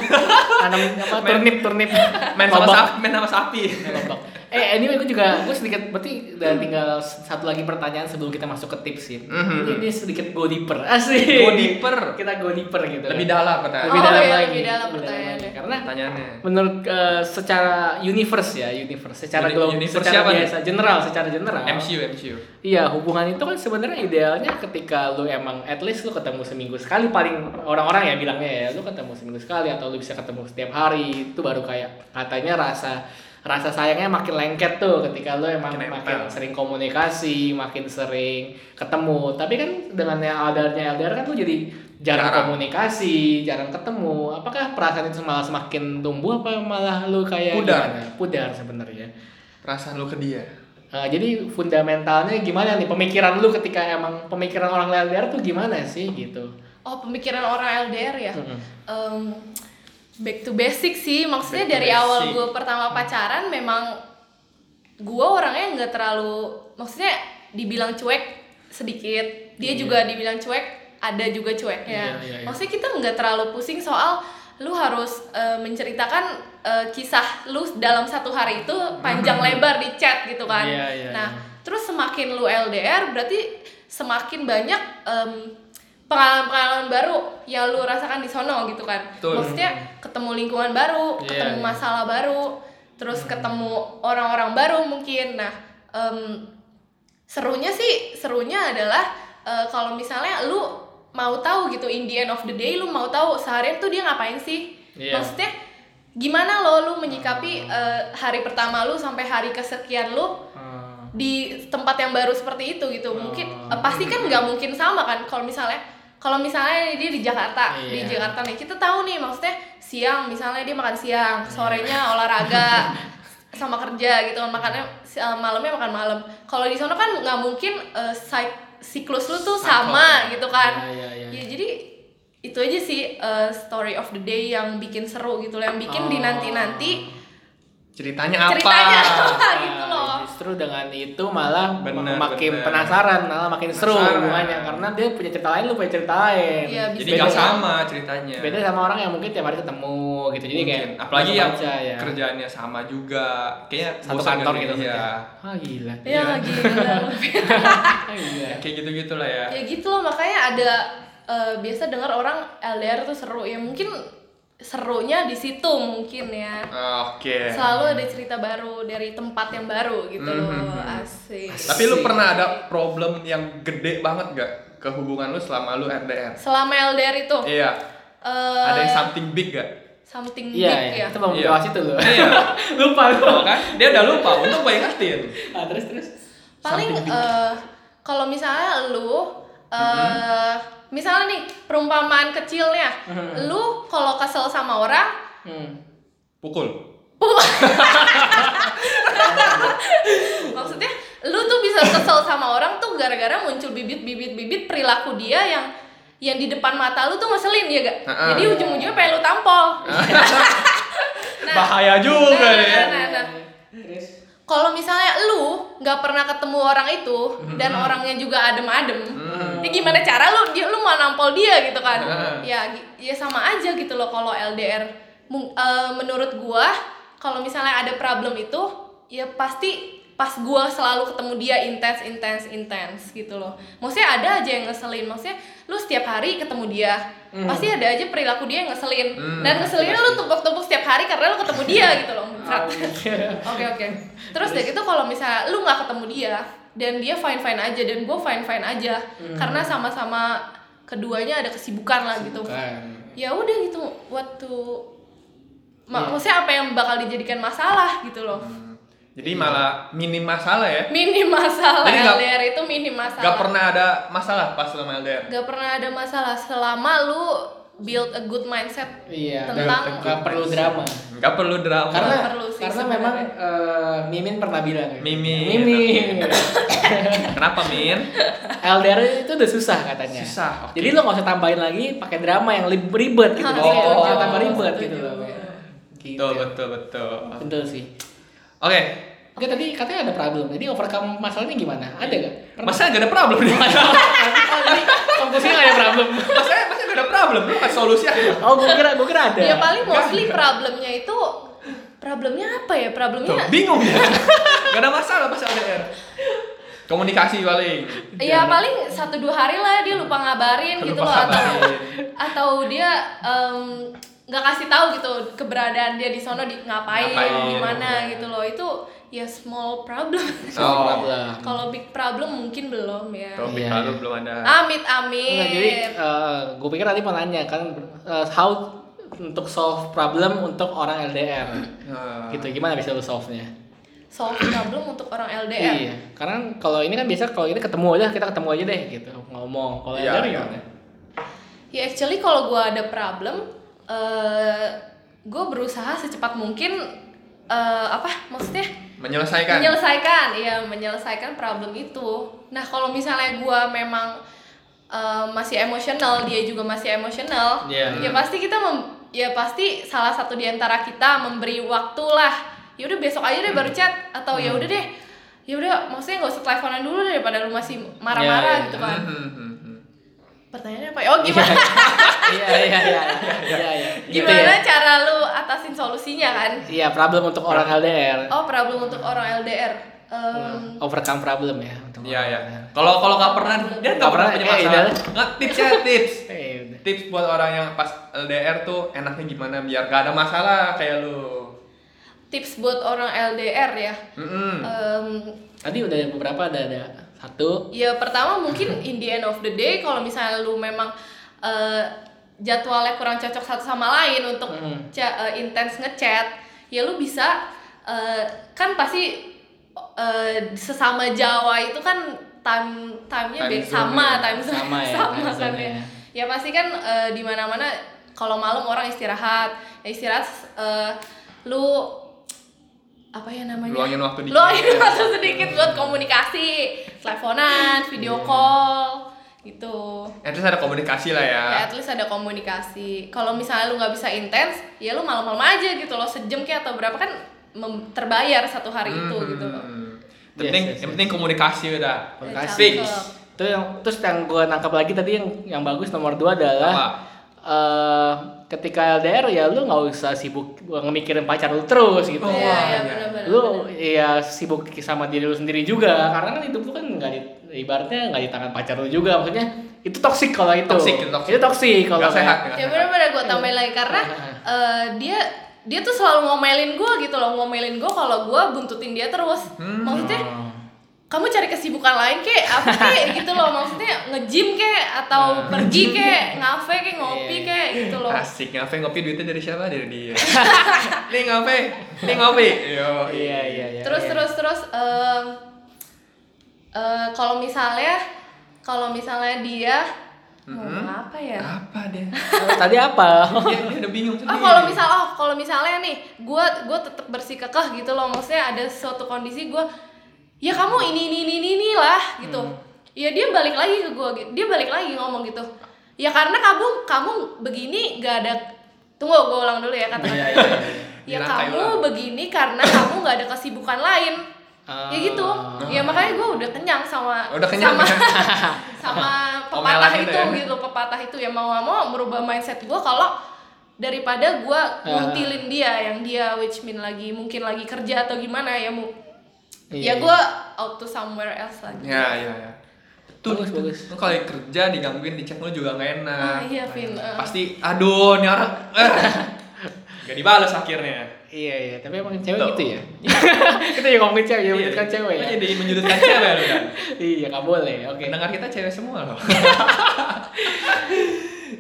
[SPEAKER 3] Tanam apa? Turnip, turnip.
[SPEAKER 1] Ah.
[SPEAKER 2] main sama
[SPEAKER 3] Lobak.
[SPEAKER 2] sapi main sama sapi
[SPEAKER 3] Lobak. Eh, anyway gue juga gue sedikit berarti udah tinggal satu lagi pertanyaan sebelum kita masuk ke tips sih.
[SPEAKER 2] Mhm.
[SPEAKER 3] Ini, ini sedikit go deeper. Asik.
[SPEAKER 2] Go deeper.
[SPEAKER 3] Kita go deeper gitu.
[SPEAKER 2] lebih dalam
[SPEAKER 3] Lebih
[SPEAKER 1] Oh,
[SPEAKER 2] katanya
[SPEAKER 3] dalam
[SPEAKER 1] iya,
[SPEAKER 3] lagi.
[SPEAKER 1] lebih dalam
[SPEAKER 3] lagi.
[SPEAKER 1] pertanyaannya.
[SPEAKER 3] Karena
[SPEAKER 2] pertanyaannya
[SPEAKER 3] menurut eh, secara universe ya, universe secara
[SPEAKER 2] Uni-
[SPEAKER 3] global,
[SPEAKER 2] universe
[SPEAKER 3] secara
[SPEAKER 2] siapa nih?
[SPEAKER 3] biasa, general, secara general.
[SPEAKER 2] MCU MCU
[SPEAKER 3] Iya, hubungan itu kan sebenarnya idealnya ketika lu emang at least lu ketemu seminggu sekali paling orang-orang ya bilangnya ya, lu ketemu seminggu sekali atau lu bisa ketemu setiap hari. Itu baru kayak katanya rasa rasa sayangnya makin lengket tuh ketika lu emang
[SPEAKER 2] Makin
[SPEAKER 3] makin,
[SPEAKER 2] nempel.
[SPEAKER 3] sering komunikasi, makin sering ketemu. Tapi kan dengan yang LDR-nya LDR kan lu jadi jarang,
[SPEAKER 2] Jarang.
[SPEAKER 3] komunikasi, jarang ketemu. Apakah perasaan itu malah semakin tumbuh apa malah lu kayak
[SPEAKER 2] Pudar.
[SPEAKER 3] gimana? Pudar sebenarnya.
[SPEAKER 2] perasaan lu ke dia
[SPEAKER 3] Nah, jadi fundamentalnya gimana nih pemikiran lu ketika emang pemikiran orang LDR tuh gimana sih gitu?
[SPEAKER 1] Oh, pemikiran orang LDR ya.
[SPEAKER 3] Mm-mm.
[SPEAKER 1] Em, back to basic sih. Maksudnya
[SPEAKER 2] Back to
[SPEAKER 1] dari awal
[SPEAKER 2] basic.
[SPEAKER 1] gue
[SPEAKER 3] Mm.
[SPEAKER 1] pertama pacaran memang gue orangnya nggak terlalu maksudnya dibilang cuek sedikit. Dia juga dibilang cuek, ada juga cueknya.
[SPEAKER 3] Iya, iya, iya.
[SPEAKER 1] Maksudnya kita nggak terlalu pusing soal lu harus eh, menceritakan eh, kisah lu dalam satu hari itu panjang lebar di chat gitu kan.
[SPEAKER 3] Iya, iya,
[SPEAKER 1] nah,
[SPEAKER 3] iya.
[SPEAKER 1] terus semakin lu LDR berarti semakin banyak em, pengalaman-pengalaman baru yang lu rasakan di sono gitu kan.
[SPEAKER 2] Betul.
[SPEAKER 1] Maksudnya ketemu lingkungan baru,
[SPEAKER 3] Iya, Hmm.
[SPEAKER 1] ketemu
[SPEAKER 3] iya.
[SPEAKER 1] masalah baru, terus ketemu orang-orang baru mungkin. Nah, em, serunya sih serunya adalah eh, kalau misalnya lu mau tahu gitu in the end of the day lu mau tahu seharian tuh dia ngapain sih
[SPEAKER 3] Iya.
[SPEAKER 1] maksudnya gimana lo lu menyikapi eh, hari pertama lu sampai hari kesekian lu Ah, di tempat yang baru seperti itu gitu mungkin
[SPEAKER 3] Oh.
[SPEAKER 1] eh, pasti kan nggak mungkin sama kan kalau misalnya kalau misalnya dia di Jakarta di
[SPEAKER 3] Iya.
[SPEAKER 1] Jakarta nih kita tahu nih maksudnya siang misalnya dia makan siang
[SPEAKER 3] Iya. [laughs]
[SPEAKER 1] sorenya olahraga sama kerja gitu kan makannya si- eh, malamnya makan malam kalau di sana kan nggak mungkin eh, sik- siklus lu tuh sama gitu kan
[SPEAKER 3] Iya, iya, iya.
[SPEAKER 1] ya jadi itu aja sih eh, story of the day yang bikin seru gitu loh yang bikin
[SPEAKER 3] Oh.
[SPEAKER 1] dinanti-nanti
[SPEAKER 2] ceritanya apa
[SPEAKER 1] Ceritanya [laughs] apa?
[SPEAKER 3] Ah,
[SPEAKER 1] gitu loh.
[SPEAKER 3] Justru dengan itu malah
[SPEAKER 2] Bener,
[SPEAKER 3] makin
[SPEAKER 2] bener.
[SPEAKER 3] penasaran, malah makin seru
[SPEAKER 2] Penasaran.
[SPEAKER 3] hubungannya karena dia punya cerita lain, lu punya cerita lain.
[SPEAKER 1] Iya, bisa
[SPEAKER 2] jadi
[SPEAKER 1] Beda.
[SPEAKER 2] gak sama ceritanya
[SPEAKER 3] Beda sama orang yang mungkin tiap hari ketemu gitu. Jadi
[SPEAKER 2] Mungkin.
[SPEAKER 3] kayak
[SPEAKER 2] apalagi yang
[SPEAKER 3] langsung aja ya.
[SPEAKER 2] kerjaannya sama juga kayaknya
[SPEAKER 3] satu
[SPEAKER 2] bosan
[SPEAKER 3] kantor
[SPEAKER 2] kali ya
[SPEAKER 3] gitu maksudnya. Ah gila.
[SPEAKER 1] ya lagi
[SPEAKER 3] Ah, gila. [laughs]
[SPEAKER 2] kayak gitu gitulah ya
[SPEAKER 1] ya gitu loh makanya ada eh, biasa dengar orang LDR tuh seru ya mungkin serunya di situ mungkin ya
[SPEAKER 2] Oke.
[SPEAKER 3] Iya.
[SPEAKER 1] selalu ada cerita baru dari tempat yang baru gitu loh
[SPEAKER 3] Mm-hmm.
[SPEAKER 1] asik
[SPEAKER 2] Tapi lu pernah ada problem yang gede banget gak ke hubungan lu selama lu LDR?
[SPEAKER 1] selama LDR itu
[SPEAKER 2] Iya.
[SPEAKER 1] eh,
[SPEAKER 2] Ada yang something big gak?
[SPEAKER 1] something
[SPEAKER 3] Iya,
[SPEAKER 1] big
[SPEAKER 3] iya.
[SPEAKER 1] ya
[SPEAKER 3] Itu belum
[SPEAKER 2] Iya.
[SPEAKER 3] dibahas itu loh.
[SPEAKER 2] Iya.
[SPEAKER 3] [laughs] Lupa
[SPEAKER 2] [laughs]
[SPEAKER 3] lu.
[SPEAKER 2] Tuh kan? Dia udah lupa. Untuk gue ingetin.
[SPEAKER 3] Ah, terus terus.
[SPEAKER 1] paling eh, kalau misalnya lu eh
[SPEAKER 3] Mm-hmm.
[SPEAKER 1] misalnya nih perumpamaan kecilnya
[SPEAKER 3] Mm-hmm.
[SPEAKER 1] lu kalau kesel sama orang
[SPEAKER 3] Hmm.
[SPEAKER 2] Pukul.
[SPEAKER 1] [laughs] maksudnya lu tuh bisa kesel sama orang tuh gara-gara muncul bibit-bibit-bibit perilaku dia yang yang di depan mata lu tuh ngeselin ya gak?
[SPEAKER 2] Ha-ha.
[SPEAKER 1] Jadi ujung-ujungnya pengen lu tampol.
[SPEAKER 2] Bahaya juga
[SPEAKER 1] nah,
[SPEAKER 2] ya. nih.
[SPEAKER 1] nah, nah, nah.
[SPEAKER 3] Terus.
[SPEAKER 1] Kalau misalnya lu nggak pernah ketemu orang itu dan orangnya juga adem-adem, ya gimana cara lu dia lu mau nampol dia gitu kan?
[SPEAKER 2] Hmm.
[SPEAKER 1] Ya gi- ya sama aja gitu loh kalau LDR. Mung- eh, menurut gua kalau misalnya ada problem itu ya pasti pas gua selalu ketemu dia intens intens intens gitu loh. Maksudnya ada aja yang ngeselin. Maksudnya lu setiap hari ketemu dia pasti ada aja perilaku dia yang ngeselin dan ngeselinnya lu tumpuk-tumpuk setiap hari karena lu ketemu dia gitu loh. Berat. Oke
[SPEAKER 2] [laughs]
[SPEAKER 1] oke. Terus deh itu kalau misalnya lu nggak ketemu dia dan dia fine fine aja dan gue fine fine aja
[SPEAKER 2] Hmm.
[SPEAKER 1] karena sama-sama keduanya ada kesibukan lah gitu.
[SPEAKER 3] Bukan.
[SPEAKER 1] Ya udah gitu waktu Ma-
[SPEAKER 2] Iya.
[SPEAKER 1] maksudnya apa yang bakal dijadikan masalah gitu loh.
[SPEAKER 2] Hmm. Jadi
[SPEAKER 3] Iya.
[SPEAKER 2] malah minim masalah ya.
[SPEAKER 1] Minim masalah
[SPEAKER 2] Jadi nggak-
[SPEAKER 1] LDR itu minim masalah.
[SPEAKER 2] Gak pernah ada masalah pas selama LDR.
[SPEAKER 1] Nggak pernah ada masalah selama lu build a good mindset.
[SPEAKER 3] Iya.
[SPEAKER 1] Tentang-
[SPEAKER 3] Gak perlu drama.
[SPEAKER 2] Gak perlu drama.
[SPEAKER 3] Karena
[SPEAKER 1] perlu sih
[SPEAKER 3] karena
[SPEAKER 1] sebenarnya.
[SPEAKER 3] memang eh, Mimin pernah bilang. ya.
[SPEAKER 2] Mimin.
[SPEAKER 3] Mimin.
[SPEAKER 2] Kenapa
[SPEAKER 3] [laughs]
[SPEAKER 2] Min?
[SPEAKER 3] LDR itu udah susah katanya.
[SPEAKER 2] Susah, oke.
[SPEAKER 3] Jadi lo gak usah tambahin lagi pakai drama yang lebih ribet gitu.
[SPEAKER 1] Hah,
[SPEAKER 3] Jadi
[SPEAKER 2] setuju.
[SPEAKER 3] nggak usah tambah ribet gitu
[SPEAKER 1] Setuju.
[SPEAKER 3] loh. Gitu.
[SPEAKER 2] Betul betul betul.
[SPEAKER 3] Betul sih.
[SPEAKER 2] Oke.
[SPEAKER 3] Oke tadi katanya ada problem. Jadi overcome masalahnya gimana? Ada gak?
[SPEAKER 2] Masa gak ada problem nih? [laughs]
[SPEAKER 3] Fokusnya gak ada problem.
[SPEAKER 2] masa masa gak ada problem? Lu kasih solusi aja.
[SPEAKER 3] Oh, gue kira, gue kira ada.
[SPEAKER 1] Ya paling mostly problemnya itu problemnya apa ya?
[SPEAKER 2] Tuh,
[SPEAKER 1] Problemnya
[SPEAKER 2] bingung ya. gak ada masalah pas LDR. Komunikasi paling.
[SPEAKER 1] Ya paling satu dua hari lah dia lupa ngabarin gitu
[SPEAKER 2] Lupa
[SPEAKER 1] loh atau
[SPEAKER 2] ngabarin.
[SPEAKER 1] atau dia em, nggak kasih tahu gitu keberadaan dia di sono di ngapain,
[SPEAKER 2] Ngapain.
[SPEAKER 1] gimana gitu loh itu ya small problem
[SPEAKER 2] [laughs]
[SPEAKER 3] Oh.
[SPEAKER 2] Oh.
[SPEAKER 3] problem.
[SPEAKER 1] kalau big problem mungkin belum ya
[SPEAKER 2] Tuh,
[SPEAKER 3] Iya,
[SPEAKER 2] Oh, lalu
[SPEAKER 3] iya.
[SPEAKER 2] belum ada.
[SPEAKER 1] amit
[SPEAKER 3] Enggak, Nah, jadi
[SPEAKER 1] amit
[SPEAKER 3] gue pikir tadi mau nanya kan eh, how untuk solve problem untuk orang LDR.
[SPEAKER 2] Nah.
[SPEAKER 3] gitu gimana bisa lo solve-nya?
[SPEAKER 1] solve problem untuk orang LDR
[SPEAKER 3] Iya, karena kalau ini kan biasa kalau ini ketemu aja kita ketemu aja deh gitu ngomong. Kalau
[SPEAKER 2] Iya,
[SPEAKER 3] LDR
[SPEAKER 2] iya.
[SPEAKER 3] gimana? [laughs]
[SPEAKER 1] ya actually kalau gua ada problem eh gue berusaha secepat mungkin eh, apa maksudnya
[SPEAKER 2] Menyelesaikan.
[SPEAKER 1] menyelesaikan iya menyelesaikan problem itu nah kalau misalnya gua memang eh, masih emosional dia juga masih emosional
[SPEAKER 3] Iya.
[SPEAKER 1] ya pasti kita mem- ya pasti salah satu di antara kita memberi waktu lah ya udah besok aja deh baru
[SPEAKER 3] Hmm.
[SPEAKER 1] chat atau ya udah deh ya udah maksudnya nggak usah teleponan dulu daripada lu masih
[SPEAKER 3] Iya,
[SPEAKER 1] marah-marah
[SPEAKER 3] iya.
[SPEAKER 1] gitu
[SPEAKER 3] [laughs]
[SPEAKER 1] kan
[SPEAKER 2] Hmm, hmm, hmm.
[SPEAKER 1] pertanyaannya apa ya? oh gimana
[SPEAKER 3] Iya iya iya iya iya. Gitu
[SPEAKER 1] gimana
[SPEAKER 3] ya.
[SPEAKER 1] cara lu atasin solusinya kan
[SPEAKER 3] Iya problem untuk orang LDR.
[SPEAKER 1] oh problem untuk orang LDR Em,
[SPEAKER 3] Overcome problem ya. untuk
[SPEAKER 2] Iya
[SPEAKER 3] orang
[SPEAKER 2] ya.
[SPEAKER 3] LDR.
[SPEAKER 2] Kalau kalau nggak pernah dia nggak
[SPEAKER 3] Nggak
[SPEAKER 2] pernah
[SPEAKER 3] pernah,
[SPEAKER 2] punya
[SPEAKER 3] eh,
[SPEAKER 2] masalah.
[SPEAKER 3] iya.
[SPEAKER 2] Nggak tipsnya tips.
[SPEAKER 3] Eh, udah.
[SPEAKER 2] Tips buat orang yang pas LDR tuh enaknya gimana biar gak ada masalah kayak lu. Hmm,
[SPEAKER 1] tips buat orang LDR ya
[SPEAKER 2] Mm-mm.
[SPEAKER 3] Eh.
[SPEAKER 1] Em,
[SPEAKER 3] Tadi udah ada beberapa ada ada satu.
[SPEAKER 1] Ya pertama mungkin in the end of the day kalau misalnya lu memang eh, jadwalnya kurang cocok satu sama lain untuk
[SPEAKER 3] Mm.
[SPEAKER 1] ca- eh, intens ngechat, ya lu bisa eh, kan pasti eh, sesama Jawa itu kan time timenya
[SPEAKER 2] Time
[SPEAKER 1] be- [laughs]
[SPEAKER 2] zone-nya.
[SPEAKER 1] sama time zone
[SPEAKER 3] Sama ya, time
[SPEAKER 1] kan
[SPEAKER 3] zone-nya.
[SPEAKER 1] ya. Ya pasti kan eh, di mana-mana kalau malam orang istirahat, ya istirahat eh, lu apa ya namanya?
[SPEAKER 2] Luangin waktu dikit.
[SPEAKER 1] Luangin [laughs] waktu sedikit buat komunikasi,
[SPEAKER 2] Iya.
[SPEAKER 1] teleponan, video call gitu.
[SPEAKER 2] At least ada komunikasi lah ya.
[SPEAKER 3] Iya,
[SPEAKER 1] Ya, at least ada komunikasi. Kalau misalnya lu nggak bisa intens, ya lu malam-malam aja gitu loh, sejam kayak atau berapa kan mem- terbayar satu hari itu gitu.
[SPEAKER 2] Hmm. Penting,
[SPEAKER 3] Yes, yes,
[SPEAKER 2] yang penting komunikasi udah.
[SPEAKER 3] Komunikasi.
[SPEAKER 2] Fix.
[SPEAKER 1] Cakep.
[SPEAKER 3] Itu yang terus yang gue nangkap lagi tadi yang yang bagus nomor dua adalah
[SPEAKER 2] Apa?
[SPEAKER 3] eh, ketika LDR ya lu nggak usah sibuk ngemikirin pacar lu terus gitu.
[SPEAKER 2] Oh,
[SPEAKER 1] Iya,
[SPEAKER 2] iya.
[SPEAKER 1] iya benar-benar.
[SPEAKER 3] lu ya sibuk sama diri lu sendiri juga karena kan hidup lu kan nggak di, ibaratnya nggak di tangan pacar lu juga maksudnya itu toksik kalau itu
[SPEAKER 2] Toxic, itu toxic.
[SPEAKER 3] itu toksik kalau
[SPEAKER 2] Nggak
[SPEAKER 3] kayak-
[SPEAKER 2] sehat, nggak
[SPEAKER 1] ya
[SPEAKER 2] sehat.
[SPEAKER 1] bener-bener gue tambahin lagi karena
[SPEAKER 3] [laughs]
[SPEAKER 1] eh, dia dia tuh selalu ngomelin gue gitu loh ngomelin gue kalau gue buntutin dia terus
[SPEAKER 3] Hmm.
[SPEAKER 1] maksudnya kamu cari kesibukan lain kek apa
[SPEAKER 3] [laughs]
[SPEAKER 1] kek gitu loh maksudnya nge-gym kek atau pergi
[SPEAKER 3] [laughs]
[SPEAKER 1] kek ngafe kek ngopi
[SPEAKER 3] Nah. Iya.
[SPEAKER 1] kek gitu loh
[SPEAKER 2] Asik ngapain ngopi duitnya dari siapa? Dari
[SPEAKER 1] [laughs]
[SPEAKER 2] dia. nih ngopi, nih ngopi. Yo.
[SPEAKER 3] iya iya iya
[SPEAKER 1] terus
[SPEAKER 3] iya.
[SPEAKER 1] terus terus em, eh, kalau misalnya kalau misalnya dia mau apa ya
[SPEAKER 2] iya. Apa dia?
[SPEAKER 3] tadi apa
[SPEAKER 2] dia, dia udah bingung
[SPEAKER 1] Oh
[SPEAKER 2] sendiri.
[SPEAKER 1] kalau misal oh kalau misalnya nih, gue gue tetap bersikekeh gitu loh, maksudnya ada suatu kondisi gue, ya kamu ini ini ini ini, ini lah gitu.
[SPEAKER 2] Hmm.
[SPEAKER 1] Ya dia balik lagi ke gue, dia balik lagi ngomong gitu. Ya karena kamu kamu begini gak ada, tunggu gue ulang dulu ya kata.
[SPEAKER 2] Iya, iya, iya.
[SPEAKER 1] [laughs] ya
[SPEAKER 2] Bilang, kayak
[SPEAKER 1] kamu
[SPEAKER 2] ulang.
[SPEAKER 1] begini karena kamu gak ada kesibukan lain. Ya gitu, ya makanya gue udah kenyang sama
[SPEAKER 2] Ah. Oh, Udah kenyang. ya?
[SPEAKER 1] sama [laughs] sama pepatah
[SPEAKER 2] Omelan itu
[SPEAKER 1] itu
[SPEAKER 2] ya.
[SPEAKER 1] gitu pepatah itu ya mau nggak mau merubah mindset gue kalau daripada gue nguntilin dia yang dia which mean lagi mungkin lagi kerja atau gimana ya mu ya
[SPEAKER 3] Iya,
[SPEAKER 1] gue out to somewhere else lagi
[SPEAKER 2] Ya ya ya. Tuh,
[SPEAKER 3] Bagus, bagus.
[SPEAKER 2] Lu kalau kerja digangguin di chat lu juga gak enak. Nah,
[SPEAKER 1] Ah, iya, Vin. Ah.
[SPEAKER 2] Pasti aduh nih orang. eh. Gak dibales akhirnya.
[SPEAKER 3] iya iya tapi emang cewek
[SPEAKER 2] Tuh. Iya,
[SPEAKER 3] gitu ya [laughs] kita yang ngomongin cewek yang menyudutkan
[SPEAKER 2] Lu
[SPEAKER 3] cewek ya
[SPEAKER 2] Jadi menyudutkan cewek lu kan.
[SPEAKER 3] iya nggak boleh oke
[SPEAKER 2] Pendengar kita cewek semua
[SPEAKER 3] [laughs]
[SPEAKER 2] loh.
[SPEAKER 3] Iya.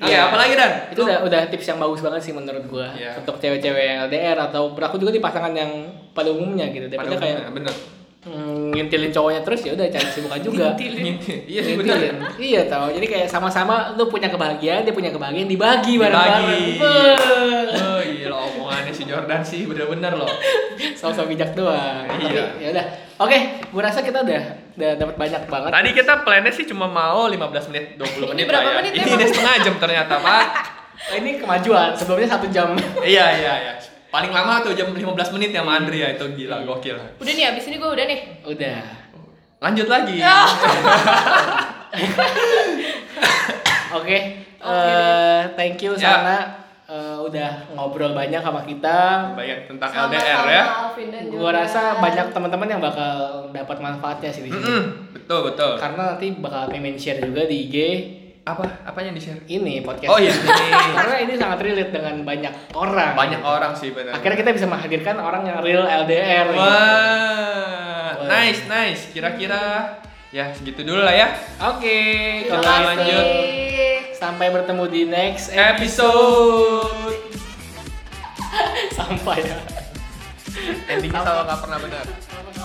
[SPEAKER 2] Iya, apalagi Dan?
[SPEAKER 3] itu
[SPEAKER 2] Lu-
[SPEAKER 3] udah, udah tips yang bagus banget sih menurut gua
[SPEAKER 2] Iya.
[SPEAKER 3] untuk cewek-cewek yang LDR atau berlaku juga di pasangan yang pada umumnya gitu
[SPEAKER 2] pada
[SPEAKER 3] daripada kayak
[SPEAKER 2] umumnya, bener.
[SPEAKER 3] mm, ngintilin cowoknya terus ya udah cari kesibukan juga
[SPEAKER 2] Ngintilin. Iya sih bener.
[SPEAKER 3] Ngintilin. iya tau jadi kayak sama-sama lu punya kebahagiaan dia punya kebahagiaan
[SPEAKER 2] Dibagi.
[SPEAKER 3] dibagi bareng-bareng
[SPEAKER 2] Oh, gila omongannya si Jordan sih bener-bener loh.
[SPEAKER 3] sama bijak doang Tapi,
[SPEAKER 2] Iya.
[SPEAKER 3] ya udah oke gua rasa kita udah udah dapat banyak banget
[SPEAKER 2] [laughs] Tadi kita plannya sih cuma mau 15 menit, 20
[SPEAKER 1] Ini
[SPEAKER 2] menit
[SPEAKER 1] berapa
[SPEAKER 2] lah ya.
[SPEAKER 1] menit,
[SPEAKER 2] Ini
[SPEAKER 1] Bang?
[SPEAKER 2] udah setengah jam ternyata, Pak.
[SPEAKER 3] Oh, ini kemajuan sebelumnya satu jam
[SPEAKER 2] [laughs] iya, iya, iya. Paling lama tuh jam 15 menit ya sama Andri ya, itu gila, gokil.
[SPEAKER 1] udah nih abis ini gue udah nih Ah.
[SPEAKER 3] udah
[SPEAKER 2] Lanjut lagi.
[SPEAKER 1] Ya.
[SPEAKER 3] oke eh thank you
[SPEAKER 2] Ya.
[SPEAKER 3] sana eh, udah ngobrol banyak sama kita
[SPEAKER 2] Banyak tentang
[SPEAKER 1] Sama-sama,
[SPEAKER 2] LDR ya.
[SPEAKER 1] Alvin dan
[SPEAKER 3] gua
[SPEAKER 1] Jordan.
[SPEAKER 3] rasa banyak teman-teman yang bakal dapat manfaatnya sih di sini
[SPEAKER 2] Mm-mm, betul, betul.
[SPEAKER 3] karena nanti bakal pengen share juga di IG
[SPEAKER 2] Apa? Apanya yang di-share?
[SPEAKER 3] ini podcast
[SPEAKER 2] Oh iya, ini.
[SPEAKER 3] karena ini sangat relate dengan banyak orang
[SPEAKER 2] Banyak orang sih benar.
[SPEAKER 3] akhirnya kita bisa menghadirkan orang yang real LDR gitu.
[SPEAKER 2] Wah,
[SPEAKER 3] Wah.
[SPEAKER 2] nice, nice. Kira-kira ya segitu dulu lah ya.
[SPEAKER 3] oke
[SPEAKER 1] Terima
[SPEAKER 3] kalau
[SPEAKER 2] Kita
[SPEAKER 1] kasih.
[SPEAKER 2] lanjut.
[SPEAKER 3] sampai bertemu di next [laughs]
[SPEAKER 2] Episode.
[SPEAKER 3] sampai ya
[SPEAKER 2] Endingnya selalu nggak pernah benar.